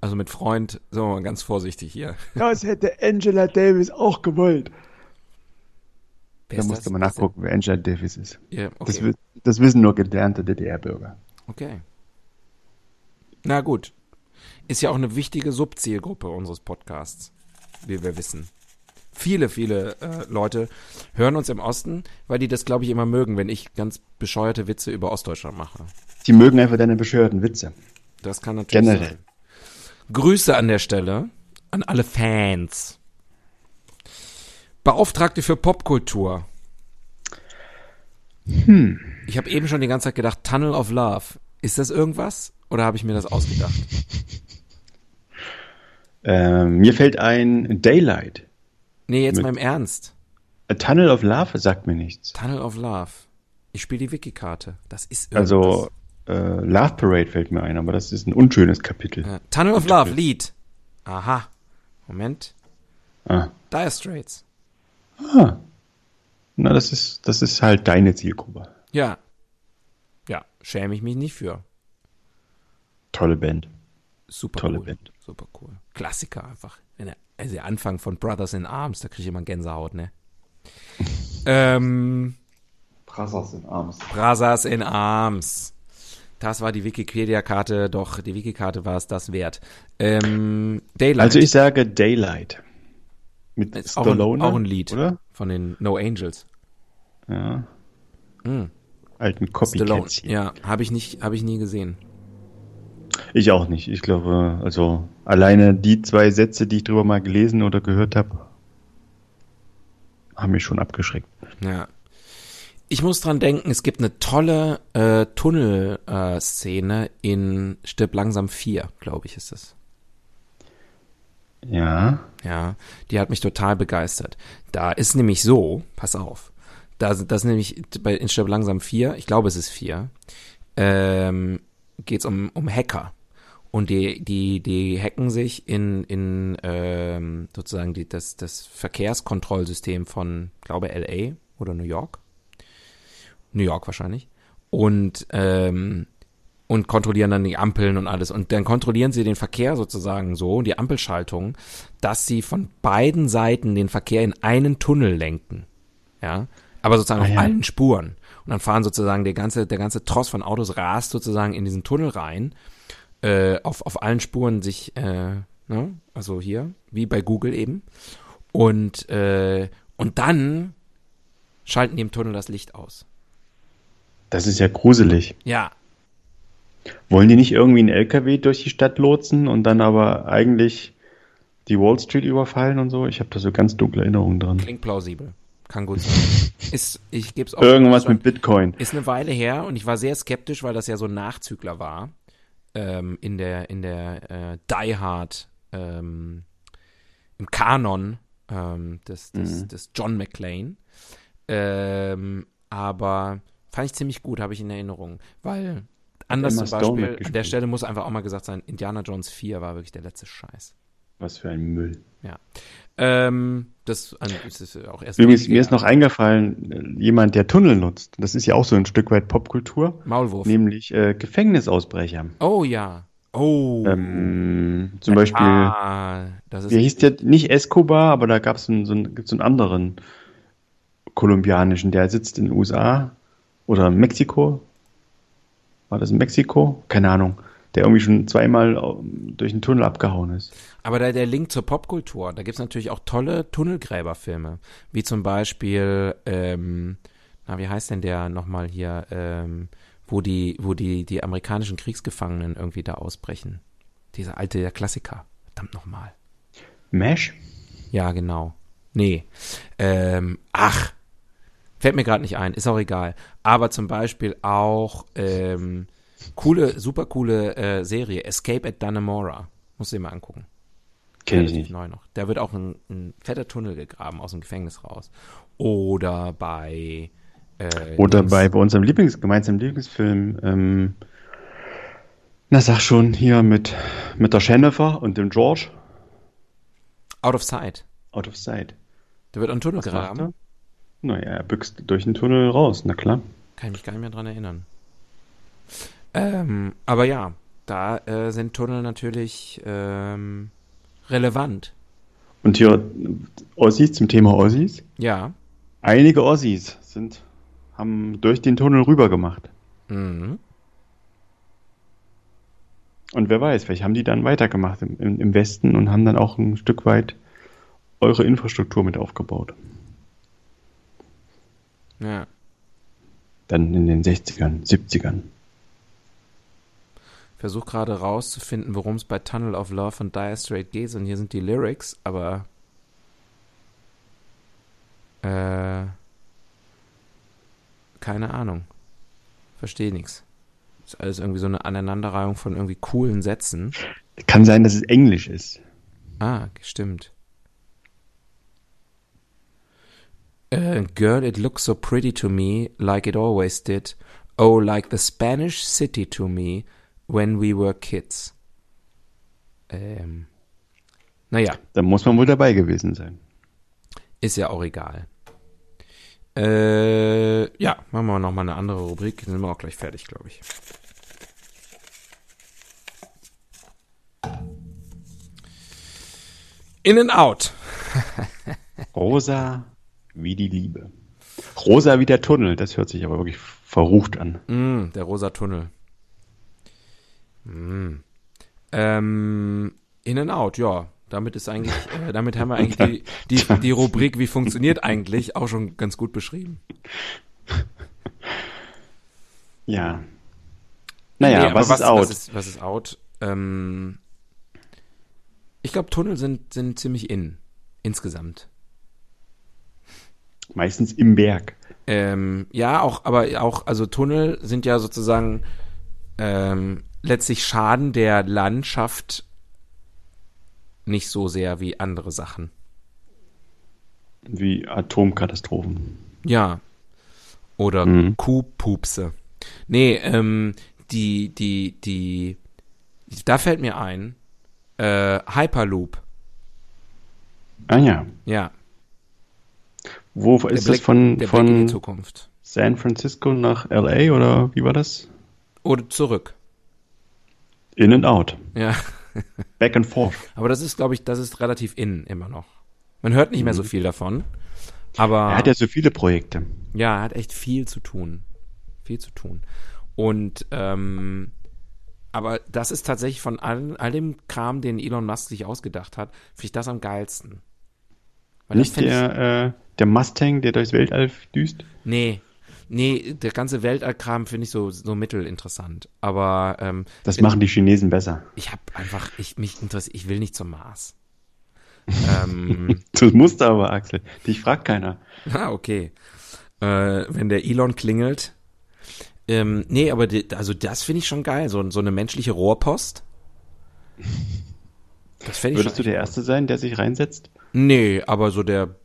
[SPEAKER 2] Also mit Freund, sind wir mal ganz vorsichtig hier.
[SPEAKER 1] das hätte Angela Davis auch gewollt.
[SPEAKER 2] Wer
[SPEAKER 1] Da
[SPEAKER 2] ist
[SPEAKER 1] musste
[SPEAKER 2] das?
[SPEAKER 1] man
[SPEAKER 2] Wer ist
[SPEAKER 1] nachgucken, wer Angela Davis ist.
[SPEAKER 2] das? Ja, okay.
[SPEAKER 1] Das, wi- das wissen nur gelernte DDR-Bürger.
[SPEAKER 2] Okay. Na gut. Ist ja auch eine wichtige Subzielgruppe unseres Podcasts, wie wir wissen. Viele, viele äh, Leute hören uns im Osten, weil die das, glaube ich, immer mögen, wenn ich ganz bescheuerte Witze über Ostdeutschland mache.
[SPEAKER 1] Die mögen einfach deine bescheuerten Witze.
[SPEAKER 2] Das kann natürlich
[SPEAKER 1] Generell.
[SPEAKER 2] sein. Grüße an der Stelle an alle Fans. Beauftragte für Popkultur. Hm. Ich habe eben schon die ganze Zeit gedacht, Tunnel of Love. Ist das irgendwas? Oder habe ich mir das ausgedacht?
[SPEAKER 1] Ähm, mir fällt ein Daylight.
[SPEAKER 2] Nee, jetzt
[SPEAKER 1] Mit-
[SPEAKER 2] mal im Ernst.
[SPEAKER 1] A Tunnel of Love sagt mir nichts.
[SPEAKER 2] Tunnel of Love. Ich spiele die Wiki-Karte. Das ist
[SPEAKER 1] Also äh, Love Parade fällt mir ein, aber das ist ein unschönes Kapitel.
[SPEAKER 2] irgendwas. Äh, Tunnel of Love, Lied. Aha. Moment.
[SPEAKER 1] Ah.
[SPEAKER 2] Dire Straits.
[SPEAKER 1] Na, das ist, das ist halt deine Zielgruppe.
[SPEAKER 2] Ja. Ja, schäme ich mich nicht für.
[SPEAKER 1] Tolle Band.
[SPEAKER 2] Super
[SPEAKER 1] Tolle
[SPEAKER 2] cool.
[SPEAKER 1] Band.
[SPEAKER 2] Super cool. Klassiker einfach. Wenn er- Also der Anfang von Brothers in Arms, da kriege ich immer
[SPEAKER 1] (laughs)
[SPEAKER 2] Gänsehaut, ne? ähm,
[SPEAKER 1] Brassers in Arms.
[SPEAKER 2] Brothers in Arms. Das war die Wikipedia-Karte, doch die Wiki-Karte war es das wert. Ähm, Daylight.
[SPEAKER 1] Also ich sage Daylight. Mit
[SPEAKER 2] Ist auch ein,
[SPEAKER 1] Stallone.
[SPEAKER 2] auch ein Lied
[SPEAKER 1] Oder?
[SPEAKER 2] von den No Angels.
[SPEAKER 1] Ja. Alten
[SPEAKER 2] Hm. Stallone.
[SPEAKER 1] Copycats hier.
[SPEAKER 2] Ja, habe ich nicht, habe ich nie gesehen.
[SPEAKER 1] Ich auch nicht. Ich glaube, also alleine die zwei Sätze, die ich drüber mal gelesen oder gehört habe, haben mich schon abgeschreckt.
[SPEAKER 2] Ja. Ich muss dran denken, es gibt eine tolle äh, Tunnelszene äh, Szene in Stirb langsam 4, glaube ich, ist das.
[SPEAKER 1] Ja.
[SPEAKER 2] Ja, die hat mich total begeistert. Da ist nämlich so, pass auf, da sind das nämlich bei in Stirb langsam 4, ich glaube es ist 4, ähm, geht's um, um Hacker. Und die, die, die hacken sich in, in ähm, sozusagen die, das, das Verkehrskontrollsystem von, glaube LA oder New York. New York wahrscheinlich. Und ähm, und kontrollieren dann die Ampeln und alles. Und dann kontrollieren sie den Verkehr sozusagen so, die Ampelschaltung, dass sie von beiden Seiten den Verkehr in einen Tunnel lenken. Ja. Aber sozusagen auf
[SPEAKER 1] ja.
[SPEAKER 2] allen Spuren. Und dann fahren sozusagen der ganze, der ganze Tross von Autos rast sozusagen in diesen Tunnel rein, äh, auf, auf allen Spuren sich, äh, ne? also hier, wie bei Google eben. Und, äh, und dann schalten die im Tunnel das Licht aus.
[SPEAKER 1] Das ist ja gruselig.
[SPEAKER 2] Ja,
[SPEAKER 1] Wollen die nicht irgendwie einen LKW durch die Stadt lotsen und dann aber eigentlich die Wall Street überfallen und so? Ich habe da so ganz dunkle Erinnerungen dran.
[SPEAKER 2] Klingt plausibel. Kann
[SPEAKER 1] (laughs)
[SPEAKER 2] gut sein. Ist, ich geb's auch.
[SPEAKER 1] Irgendwas mit Bitcoin.
[SPEAKER 2] Ist eine Weile her und ich war sehr skeptisch, weil das ja so ein Nachzügler war. Ähm, in der, in der äh, Die Hard, ähm, im Kanon ähm, des, des,
[SPEAKER 1] Mhm.
[SPEAKER 2] des John McClane. Ähm, aber fand ich ziemlich gut, habe ich in Erinnerung. Weil anders
[SPEAKER 1] Emma
[SPEAKER 2] zum
[SPEAKER 1] Stone
[SPEAKER 2] Beispiel, an der
[SPEAKER 1] mitgespielt.
[SPEAKER 2] Stelle muss einfach auch mal gesagt sein, Indiana Jones 4 war wirklich der letzte Scheiß.
[SPEAKER 1] Was für ein Müll.
[SPEAKER 2] Ja. Ähm, das, an- das ist auch erst
[SPEAKER 1] Übrigens,
[SPEAKER 2] wenige
[SPEAKER 1] mir ist
[SPEAKER 2] Jahre.
[SPEAKER 1] noch eingefallen, äh, jemand, der Tunnel nutzt. Das ist ja auch so ein Stück weit Popkultur,
[SPEAKER 2] Maulwurf.
[SPEAKER 1] nämlich äh, Gefängnisausbrecher.
[SPEAKER 2] Oh ja. Oh.
[SPEAKER 1] Ähm, zum Beispiel,
[SPEAKER 2] ah, das ist
[SPEAKER 1] der hieß der nicht Escobar, aber da gab es einen, so einen, gibt's einen anderen kolumbianischen, der sitzt in den USA oder in Mexiko. War das in Mexiko? Keine Ahnung. Der irgendwie schon zweimal ähm, durch den Tunnel abgehauen ist.
[SPEAKER 2] aber da, der Link zur Popkultur, da gibt's natürlich auch tolle Tunnelgräberfilme, wie zum Beispiel, ähm, na, wie heißt denn der nochmal hier, ähm, wo die, wo die, die amerikanischen Kriegsgefangenen irgendwie da ausbrechen. Dieser alte der Klassiker. Verdammt nochmal.
[SPEAKER 1] Mesh?
[SPEAKER 2] Ja, genau. Nee. Ähm, ach. Fällt mir gerade nicht ein, ist auch egal. Aber zum Beispiel auch ähm, coole, super coole äh, Serie, Escape at Dunamora. Muss dir mal angucken.
[SPEAKER 1] Kenn ich
[SPEAKER 2] Relativ
[SPEAKER 1] nicht.
[SPEAKER 2] Neu noch. Da wird auch ein, ein fetter Tunnel gegraben aus dem Gefängnis raus. Oder bei äh,
[SPEAKER 1] Oder
[SPEAKER 2] Dings-
[SPEAKER 1] bei, bei unserem Lieblings, gemeinsamen Lieblingsfilm, ähm, na sag schon, hier mit, mit der Jennifer und dem George,
[SPEAKER 2] Out of Sight.
[SPEAKER 1] Out of Sight.
[SPEAKER 2] Da wird ein Tunnel
[SPEAKER 1] Was macht
[SPEAKER 2] gegraben.
[SPEAKER 1] er? Naja, er büchst durch den Tunnel raus, na klar.
[SPEAKER 2] Kann ich mich gar nicht mehr dran erinnern. Ähm, aber ja, da äh, sind Tunnel natürlich ähm, relevant.
[SPEAKER 1] Und hier Ossis, zum Thema Ossis.
[SPEAKER 2] Ja.
[SPEAKER 1] Einige Ossis sind, haben durch den Tunnel rüber gemacht.
[SPEAKER 2] Mhm.
[SPEAKER 1] Und wer weiß, vielleicht haben die dann weitergemacht im, im, im Westen und haben dann auch ein Stück weit eure Infrastruktur mit aufgebaut.
[SPEAKER 2] Ja.
[SPEAKER 1] Dann in den 60ern, 70ern.
[SPEAKER 2] Versuch gerade rauszufinden, worum es bei Tunnel of Love von Dire Straits geht. Und hier sind die Lyrics, aber. Äh, keine Ahnung. Verstehe nichts. Ist alles irgendwie so eine Aneinanderreihung von irgendwie coolen Sätzen.
[SPEAKER 1] Kann sein, dass es Englisch ist.
[SPEAKER 2] Ah, stimmt. Äh, girl, it looks so pretty to me, like it always did. Oh, like the Spanish city to me, when we were kids. Ähm. Naja,
[SPEAKER 1] Dann muss man wohl dabei gewesen sein.
[SPEAKER 2] ist ja auch egal. Äh, ja, machen wir nochmal eine andere Rubrik. Dann sind wir auch gleich fertig, glaube ich. In and out.
[SPEAKER 1] Rosa wie die Liebe. Rosa wie der Tunnel, das hört sich aber wirklich verrucht an.
[SPEAKER 2] Mm, der rosa Tunnel. Mm. Ähm, in and out, ja. Damit ist eigentlich, äh, damit haben wir
[SPEAKER 1] (laughs)
[SPEAKER 2] eigentlich die, die, die Rubrik, wie funktioniert eigentlich, auch schon ganz gut beschrieben.
[SPEAKER 1] Ja. Naja,
[SPEAKER 2] Nee,
[SPEAKER 1] was,
[SPEAKER 2] aber
[SPEAKER 1] ist out?
[SPEAKER 2] Was ist, was ist out? Ähm, ich glaube, Tunnel sind, sind ziemlich in. Insgesamt.
[SPEAKER 1] Meistens im Berg.
[SPEAKER 2] Ähm, ja, auch, aber auch, also Tunnel sind ja sozusagen ähm, letztlich Schaden der Landschaft nicht so sehr wie andere Sachen.
[SPEAKER 1] Wie Atomkatastrophen.
[SPEAKER 2] Ja. Oder
[SPEAKER 1] Mhm.
[SPEAKER 2] Kuhpupse. Nee, ähm, die, die, die, da fällt mir ein, äh, Hyperloop.
[SPEAKER 1] Ah ja.
[SPEAKER 2] Ja.
[SPEAKER 1] Wo
[SPEAKER 2] Der
[SPEAKER 1] ist das
[SPEAKER 2] Blick-
[SPEAKER 1] von,
[SPEAKER 2] der Blick in die
[SPEAKER 1] von
[SPEAKER 2] Zukunft.
[SPEAKER 1] San Francisco nach LA oder wie war das?
[SPEAKER 2] Oder zurück.
[SPEAKER 1] In and out.
[SPEAKER 2] Ja.
[SPEAKER 1] Back and forth.
[SPEAKER 2] Aber das ist, glaube ich, das ist relativ innen immer noch. Man hört nicht mehr so viel davon. Aber
[SPEAKER 1] Mhm. Er hat ja so viele Projekte.
[SPEAKER 2] Ja, er hat echt viel zu tun. Viel zu tun. Und ähm, aber das ist tatsächlich von all, all dem Kram, den Elon Musk sich ausgedacht hat, finde ich das am geilsten. Weil das
[SPEAKER 1] Nicht
[SPEAKER 2] fänd
[SPEAKER 1] der, äh, der Mustang, der durchs Weltall düst.
[SPEAKER 2] Ich, nee. Nee, der ganze Weltallkram finde ich so, so mittelinteressant. Aber ähm,
[SPEAKER 1] Das machen die Chinesen besser.
[SPEAKER 2] ich habe einfach, ich mich interessiert, ich will nicht zum Mars.
[SPEAKER 1] (laughs)
[SPEAKER 2] ähm,
[SPEAKER 1] Das musst du aber, Axel. Dich fragt keiner.
[SPEAKER 2] Ah, okay. Äh, wenn der Elon klingelt. Ähm, nee, aber die, also das finde ich schon geil. So, so eine menschliche Rohrpost. Das fände ich
[SPEAKER 1] Würdest du
[SPEAKER 2] schon
[SPEAKER 1] der Erste sein, der sich reinsetzt?
[SPEAKER 2] Nee, aber so der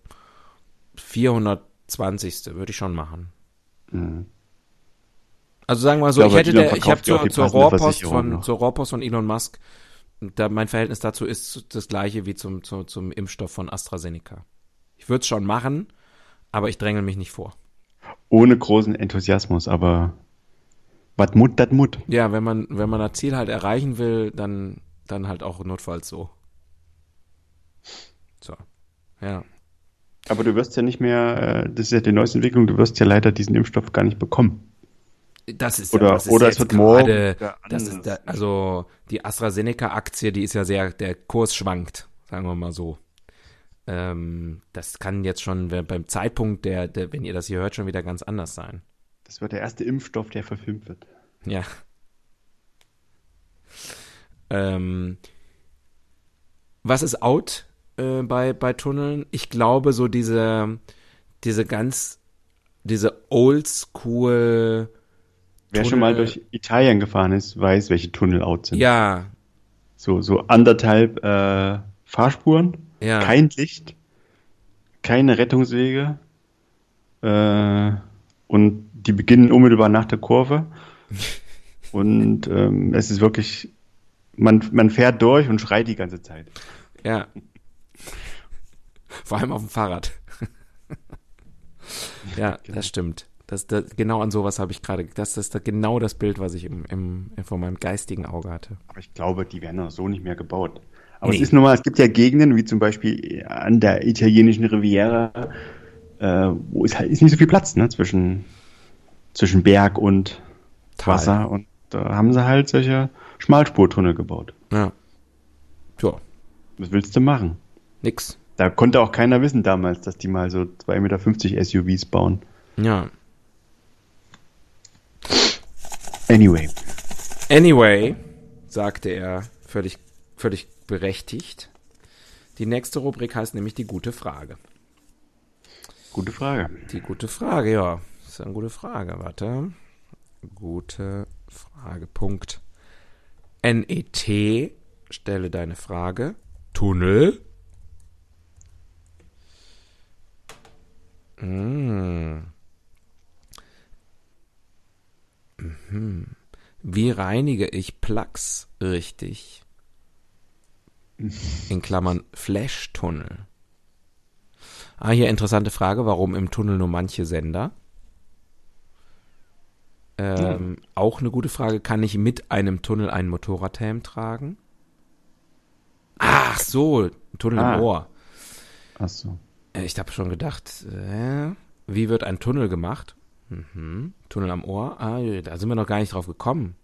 [SPEAKER 2] 420. würde ich schon machen. Also sagen wir mal so,
[SPEAKER 1] Mhm. Ja,
[SPEAKER 2] ich,
[SPEAKER 1] aber
[SPEAKER 2] hätte
[SPEAKER 1] Elon
[SPEAKER 2] der, ich
[SPEAKER 1] verkauft
[SPEAKER 2] habe
[SPEAKER 1] ja auch
[SPEAKER 2] zur,
[SPEAKER 1] die
[SPEAKER 2] zur,
[SPEAKER 1] passende
[SPEAKER 2] Rohrpost
[SPEAKER 1] Versicherung
[SPEAKER 2] von,
[SPEAKER 1] noch.
[SPEAKER 2] zur Rohrpost von Elon Musk, da mein Verhältnis dazu ist das gleiche wie zum, zum, zum Impfstoff von AstraZeneca. Ich würde es schon machen, aber ich drängel mich nicht vor.
[SPEAKER 1] Ohne großen Enthusiasmus, aber wat mut, dat mut.
[SPEAKER 2] Ja, wenn man, wenn man das Ziel halt erreichen will, dann, dann halt auch notfalls so. So. Ja.
[SPEAKER 1] Aber du wirst ja nicht mehr, äh, das ist ja die neueste Entwicklung, du wirst ja leider diesen Impfstoff gar nicht bekommen.
[SPEAKER 2] Das ist
[SPEAKER 1] Oder-
[SPEAKER 2] ja, das ist
[SPEAKER 1] oder
[SPEAKER 2] ja
[SPEAKER 1] es
[SPEAKER 2] jetzt
[SPEAKER 1] wird morgen
[SPEAKER 2] gerade-
[SPEAKER 1] wieder
[SPEAKER 2] das
[SPEAKER 1] anders.
[SPEAKER 2] ist da, also die AstraZeneca-Aktie, die ist ja sehr, der Kurs schwankt, sagen wir mal so. Ähm, das kann jetzt schon wer- beim Zeitpunkt, der, der, wenn ihr das hier hört, schon wieder ganz anders sein.
[SPEAKER 1] Das wird der erste Impfstoff, der verfilmt wird.
[SPEAKER 2] Ja. Ähm, was ist out äh, bei, bei Tunneln? Ich glaube, so diese, diese ganz, diese oldschool.
[SPEAKER 1] Wer schon mal durch Italien gefahren ist, weiß, welche Tunnel out sind.
[SPEAKER 2] Ja,
[SPEAKER 1] So, so anderthalb äh, Fahrspuren,
[SPEAKER 2] ja.
[SPEAKER 1] kein Licht, keine Rettungswege äh, und die beginnen unmittelbar nach der
[SPEAKER 2] (laughs)
[SPEAKER 1] Kurve. und ähm, es ist wirklich, man, man fährt durch und schreit die ganze Zeit.
[SPEAKER 2] ja. Vor allem auf dem Fahrrad. (laughs) ja,
[SPEAKER 1] Genau.
[SPEAKER 2] das stimmt. Das, das, genau an sowas habe ich gerade. Das ist da genau das Bild, was ich im, im, vor meinem geistigen Auge hatte.
[SPEAKER 1] Aber ich glaube, die werden auch so nicht mehr gebaut. Aber
[SPEAKER 2] Nee.
[SPEAKER 1] es ist nun mal, es gibt ja Gegenden, wie zum Beispiel an der italienischen Riviera, äh, wo ist halt ist nicht so viel Platz, ne, zwischen, zwischen Berg und
[SPEAKER 2] Tal.
[SPEAKER 1] Wasser. Und da haben sie halt solche Schmalspurtunnel gebaut.
[SPEAKER 2] Ja. Tja,
[SPEAKER 1] Was willst du machen?
[SPEAKER 2] nix.
[SPEAKER 1] Da konnte auch keiner wissen damals, dass die mal so 2,50 Meter SUVs bauen.
[SPEAKER 2] Ja.
[SPEAKER 1] Anyway,
[SPEAKER 2] Anyway, sagte er, völlig, völlig berechtigt. Die nächste Rubrik heißt nämlich die gute Frage.
[SPEAKER 1] gute Frage.
[SPEAKER 2] Die gute Frage, ja. Das ist eine gute Frage, warte. Gute Frage. Punkt. NET, stelle deine Frage. Tunnel. Mm. Mhm. Wie reinige ich Plugs richtig? In Klammern Flash-Tunnel. Ah, hier interessante Frage, warum im Tunnel nur manche Sender? Ähm, Auch eine gute Frage, kann ich mit einem Tunnel einen Motorradhelm tragen? Ach so, Tunnel
[SPEAKER 1] Ah.
[SPEAKER 2] im Ohr.
[SPEAKER 1] Ach so.
[SPEAKER 2] Äh, Ich habe schon gedacht, äh, wie wird ein Tunnel gemacht? Mhm. Tunnel am Ohr, ah, da sind wir noch gar nicht drauf gekommen.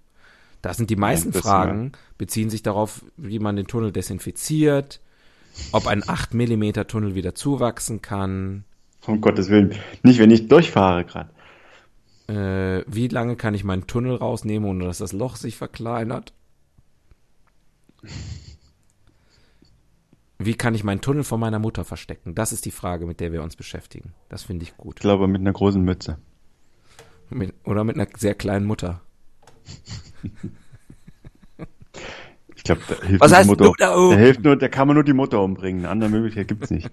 [SPEAKER 2] Da sind die meisten
[SPEAKER 1] bisschen,
[SPEAKER 2] Fragen, beziehen sich darauf, wie man den Tunnel desinfiziert, ob ein 8 mm Tunnel wieder zuwachsen kann,
[SPEAKER 1] Um Gottes Willen. Nicht, wenn ich durchfahre gerade.
[SPEAKER 2] äh, wie lange kann ich meinen Tunnel rausnehmen, ohne dass das Loch sich verkleinert? Wie kann ich meinen Tunnel vor meiner Mutter verstecken? Das ist die Frage, mit der wir uns beschäftigen. Das finde ich gut.
[SPEAKER 1] Ich glaube, mit einer großen Mütze.
[SPEAKER 2] Mit, oder mit einer sehr kleinen Mutter.
[SPEAKER 1] Ich glaube, da hilft
[SPEAKER 2] Was
[SPEAKER 1] nur
[SPEAKER 2] heißt
[SPEAKER 1] die Mutter.
[SPEAKER 2] du da oben?
[SPEAKER 1] Da hilft nur, da kann man nur die Mutter umbringen. Eine andere Möglichkeit gibt's nicht.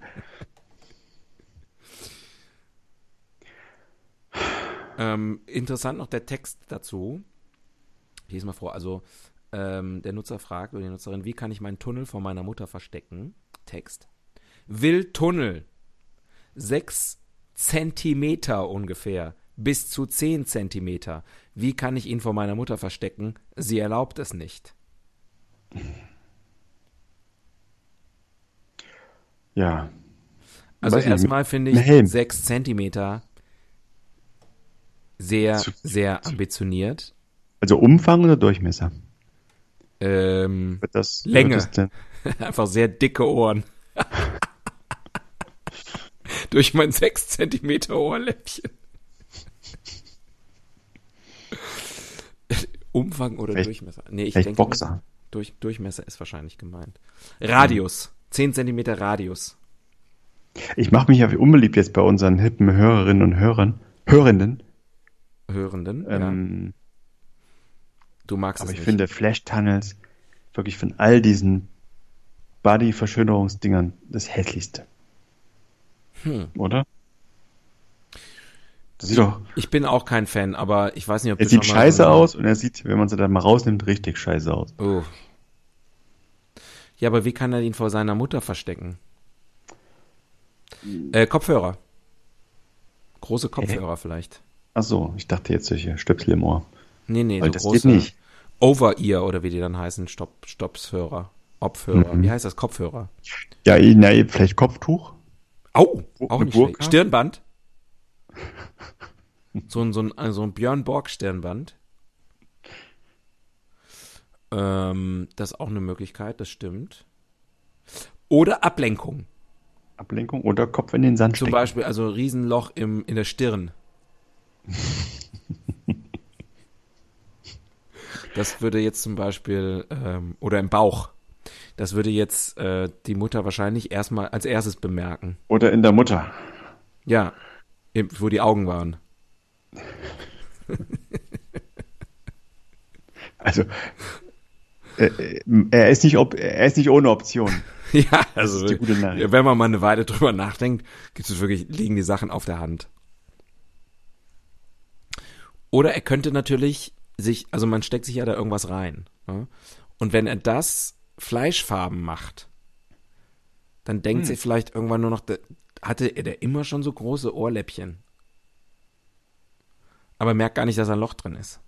[SPEAKER 2] Ähm, interessant noch der Text dazu. Ich lese mal vor. Also, ähm, der Nutzer fragt oder die Nutzerin, wie kann ich meinen Tunnel vor meiner Mutter verstecken? Text. Will Tunnel. Sechs Zentimeter ungefähr. Bis zu zehn Zentimeter. Wie kann ich ihn vor meiner Mutter verstecken? Sie erlaubt es nicht.
[SPEAKER 1] Ja.
[SPEAKER 2] Also
[SPEAKER 1] Weiß nicht, mit
[SPEAKER 2] erstmal finde ich
[SPEAKER 1] einem Helm.
[SPEAKER 2] sechs Zentimeter sehr,
[SPEAKER 1] Zu-
[SPEAKER 2] sehr ambitioniert.
[SPEAKER 1] Also Umfang oder Durchmesser?
[SPEAKER 2] Ähm,
[SPEAKER 1] Wird das,
[SPEAKER 2] Länge.
[SPEAKER 1] Wird das denn?
[SPEAKER 2] Einfach sehr dicke Ohren. (laughs) Durch mein 6 cm Ohrläppchen. (laughs) Umfang oder
[SPEAKER 1] Vielleicht-
[SPEAKER 2] Durchmesser? Nee, ich
[SPEAKER 1] vielleicht
[SPEAKER 2] denke,
[SPEAKER 1] Boxer.
[SPEAKER 2] Durch, Durchmesser ist wahrscheinlich gemeint. Radius. 10 cm Radius.
[SPEAKER 1] Ich mache mich ja unbeliebt jetzt bei unseren hippen Hörerinnen und Hörern. Hörenden.
[SPEAKER 2] Hörenden. ja.
[SPEAKER 1] Ähm,
[SPEAKER 2] Du magst
[SPEAKER 1] aber
[SPEAKER 2] es
[SPEAKER 1] ich
[SPEAKER 2] nicht.
[SPEAKER 1] finde Flash-Tunnels wirklich von all diesen Body-Verschönerungsdingern das hässlichste.
[SPEAKER 2] Hm.
[SPEAKER 1] Oder? Das sieht doch.
[SPEAKER 2] ich bin auch kein Fan, aber ich weiß nicht, ob
[SPEAKER 1] Er
[SPEAKER 2] du
[SPEAKER 1] sieht
[SPEAKER 2] schon mal so
[SPEAKER 1] scheiße
[SPEAKER 2] eine-
[SPEAKER 1] aus und er sieht, wenn man sie dann mal rausnimmt, richtig scheiße aus.
[SPEAKER 2] Oh. Ja, aber wie kann er ihn vor seiner Mutter verstecken?
[SPEAKER 1] Hm.
[SPEAKER 2] Äh, Kopfhörer. Große Kopfhörer vielleicht.
[SPEAKER 1] Ach so, ich dachte jetzt solche Stöpsel im Ohr.
[SPEAKER 2] Nee, nee,
[SPEAKER 1] Weil
[SPEAKER 2] so
[SPEAKER 1] das geht
[SPEAKER 2] große
[SPEAKER 1] nicht.
[SPEAKER 2] Over-Ear oder wie die dann heißen, Stopp, Stoppshörer, Obhörer.
[SPEAKER 1] Mhm.
[SPEAKER 2] Wie heißt das? Kopfhörer.
[SPEAKER 1] Ja, eh, na, eh, vielleicht Kopftuch.
[SPEAKER 2] Au,
[SPEAKER 1] Bu-
[SPEAKER 2] auch
[SPEAKER 1] eine
[SPEAKER 2] nicht schlecht.
[SPEAKER 1] Burka?
[SPEAKER 2] Stirnband. So ein, so ein, so ein Björn Borg-Stirnband. Ähm, das ist auch eine Möglichkeit, das stimmt. Oder Ablenkung.
[SPEAKER 1] Ablenkung oder Kopf in den Sand
[SPEAKER 2] Zum
[SPEAKER 1] stecken.
[SPEAKER 2] Beispiel, also ein Riesenloch im, in der Stirn. Das würde jetzt zum Beispiel, ähm, oder im Bauch, das würde jetzt äh, die Mutter wahrscheinlich erstmal als erstes bemerken.
[SPEAKER 1] Oder in der Mutter.
[SPEAKER 2] Ja, im- wo die Augen waren.
[SPEAKER 1] Also äh, äh, er ist nicht, ob, er ist nicht ohne Option.
[SPEAKER 2] (laughs) Ja, also
[SPEAKER 1] ist die gute Nachricht.
[SPEAKER 2] wenn man mal eine Weile drüber nachdenkt, gibt es wirklich, liegen die Sachen auf der Hand. Oder er könnte natürlich sich, also man steckt sich ja da irgendwas rein. Ne? Und wenn er das Fleischfarben macht, dann denkt
[SPEAKER 1] Hm.
[SPEAKER 2] sie vielleicht irgendwann nur noch, der- hatte er der immer schon so große Ohrläppchen? Aber merkt gar nicht, dass da ein Loch drin ist.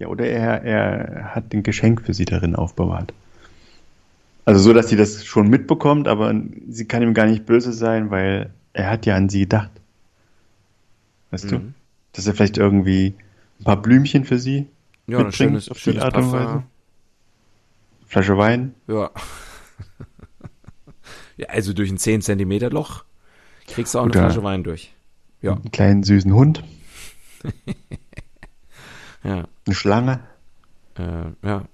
[SPEAKER 1] Ja, oder er, er hat ein Geschenk für sie darin aufbewahrt. Also so, dass sie das schon mitbekommt, aber sie kann ihm gar nicht böse sein, weil er hat ja an sie gedacht. Weißt du? Dass er vielleicht irgendwie ein paar Blümchen für sie
[SPEAKER 2] Ja, ein
[SPEAKER 1] mitbringt,
[SPEAKER 2] schönes,
[SPEAKER 1] auf die
[SPEAKER 2] schönes
[SPEAKER 1] Art und
[SPEAKER 2] Parfum.
[SPEAKER 1] Weise. Flasche Wein.
[SPEAKER 2] Ja. (laughs) ja, also durch ein 10 Zentimeter Loch kriegst du auch
[SPEAKER 1] Oder-
[SPEAKER 2] eine Flasche Wein durch. Ja,
[SPEAKER 1] einen kleinen süßen Hund,
[SPEAKER 2] ja,
[SPEAKER 1] eine Schlange.
[SPEAKER 2] äh, ja.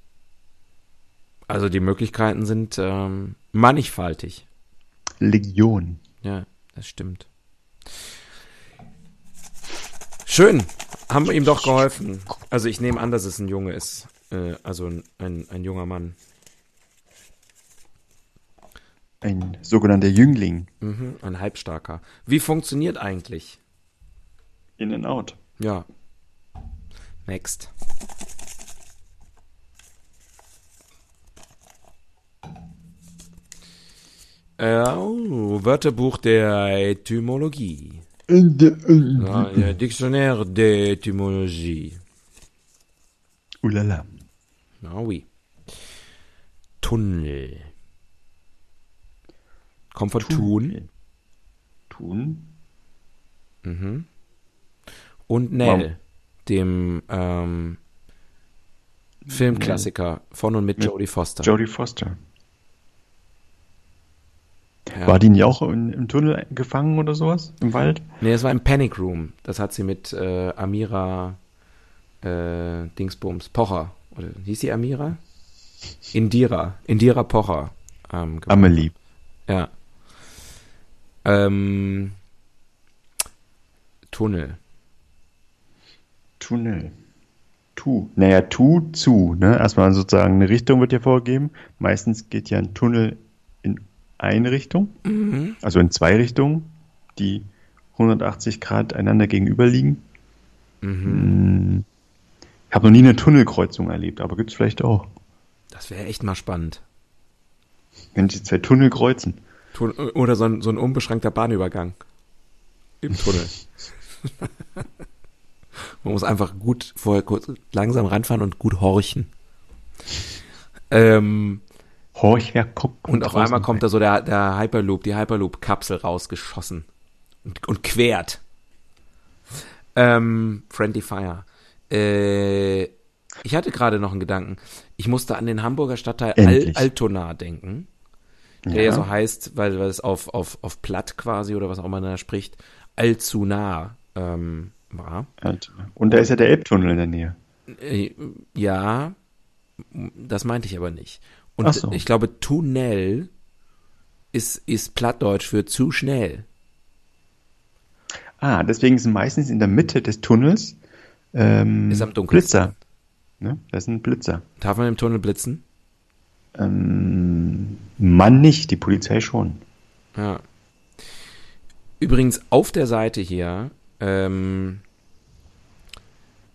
[SPEAKER 2] Also die Möglichkeiten sind ähm, mannigfaltig.
[SPEAKER 1] Legion.
[SPEAKER 2] Ja, das stimmt. Schön, haben wir ihm doch geholfen. Also ich nehme an, dass es ein Junge ist. Äh, also ein, ein, ein junger Mann.
[SPEAKER 1] Ein sogenannter Jüngling.
[SPEAKER 2] Mhm, ein halbstarker. Wie funktioniert eigentlich?
[SPEAKER 1] In and out.
[SPEAKER 2] Ja. Next. Äh, oh, Wörterbuch der Etymologie. Ja, ja, Dictionnaire der Etymologie.
[SPEAKER 1] Ulala.
[SPEAKER 2] Ah, oui. Tunnel. Kommt von Tun
[SPEAKER 1] Tun.
[SPEAKER 2] und Nell, dem ähm, Filmklassiker von und mit Jodie Foster.
[SPEAKER 1] Jodie Foster.
[SPEAKER 2] Ja. Mhm.
[SPEAKER 1] War die nicht auch in, im Tunnel gefangen oder sowas? Im Wald?
[SPEAKER 2] Nee, es war im Panic Room. Das hat sie mit äh, Amira äh, Dingsbums Pocher. Oder hieß sie Amira? Indira. Indira Pocher. Ähm, gemacht.
[SPEAKER 1] Amelie.
[SPEAKER 2] ja. Ähm, Tunnel.
[SPEAKER 1] Tunnel. Tu. Naja, tu, zu. Ne? Erstmal sozusagen eine Richtung wird hier vorgegeben. Meistens geht ja ein Tunnel in eine Richtung,
[SPEAKER 2] Mhm.
[SPEAKER 1] also in zwei Richtungen, die 180 Grad einander gegenüber liegen.
[SPEAKER 2] Mhm.
[SPEAKER 1] Hm. Ich habe noch nie eine Tunnelkreuzung erlebt, aber gibt es vielleicht auch.
[SPEAKER 2] Das wäre echt mal spannend.
[SPEAKER 1] Wenn die zwei Tunnel kreuzen.
[SPEAKER 2] Tun oder so ein, so ein unbeschränkter Bahnübergang. Im (laughs) Tunnel. Man muss einfach gut vorher kurz langsam ranfahren und gut (laughs) horchen. Ähm,
[SPEAKER 1] Horch, her, guck.
[SPEAKER 2] Und auf einmal kommt da so der, der Hyperloop, die Hyperloop-Kapsel rausgeschossen und, und quert. Ähm, Friendly Fire. Äh, ich hatte gerade noch einen Gedanken. Ich musste an den Hamburger Stadtteil Al
[SPEAKER 1] Endlich.
[SPEAKER 2] Altona denken, der ja.
[SPEAKER 1] Ja.
[SPEAKER 2] so heißt, weil, weil es auf, auf, auf platt quasi oder was auch immer da spricht, allzu nah ähm, war.
[SPEAKER 1] Halt. Und da ist ja der Elbtunnel in der Nähe.
[SPEAKER 2] Äh, ja, das meinte ich aber nicht. Und
[SPEAKER 1] Ach so.
[SPEAKER 2] ich glaube, Tunnel ist, ist Plattdeutsch für zu schnell.
[SPEAKER 1] Ah, deswegen sind meistens in der Mitte des Tunnels ähm,
[SPEAKER 2] Ist am dunkelsten.
[SPEAKER 1] Blitzer. Ne? Das sind Blitzer.
[SPEAKER 2] Darf man im Tunnel blitzen?
[SPEAKER 1] Ähm, Mann nicht, die Polizei schon.
[SPEAKER 2] Ja. Übrigens auf der Seite hier, ähm,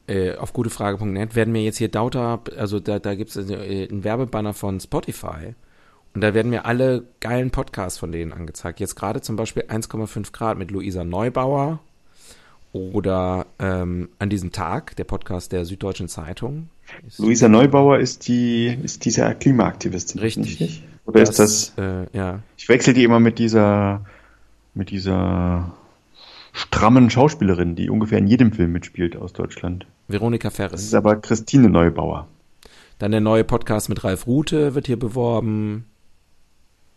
[SPEAKER 2] äh, auf gutefrage.net, werden mir jetzt hier Dauter, also da, da gibt es einen Werbebanner von Spotify und da werden mir alle geilen Podcasts von denen angezeigt. Jetzt gerade zum Beispiel 1,5 Grad mit Luisa Neubauer oder ähm, an diesem Tag, der Podcast der Süddeutschen Zeitung.
[SPEAKER 1] Luisa Neubauer ist die, ist dieser Klimaaktivistin.
[SPEAKER 2] Richtig.
[SPEAKER 1] nicht? Oder ist das,
[SPEAKER 2] Äh, ja.
[SPEAKER 1] ich wechsle die immer mit dieser, mit dieser strammen Schauspielerin, die ungefähr in jedem Film mitspielt aus Deutschland.
[SPEAKER 2] Veronika
[SPEAKER 1] Das
[SPEAKER 2] Ferris.
[SPEAKER 1] ist aber Christine Neubauer.
[SPEAKER 2] Dann der neue Podcast mit Ralf Rute wird hier beworben.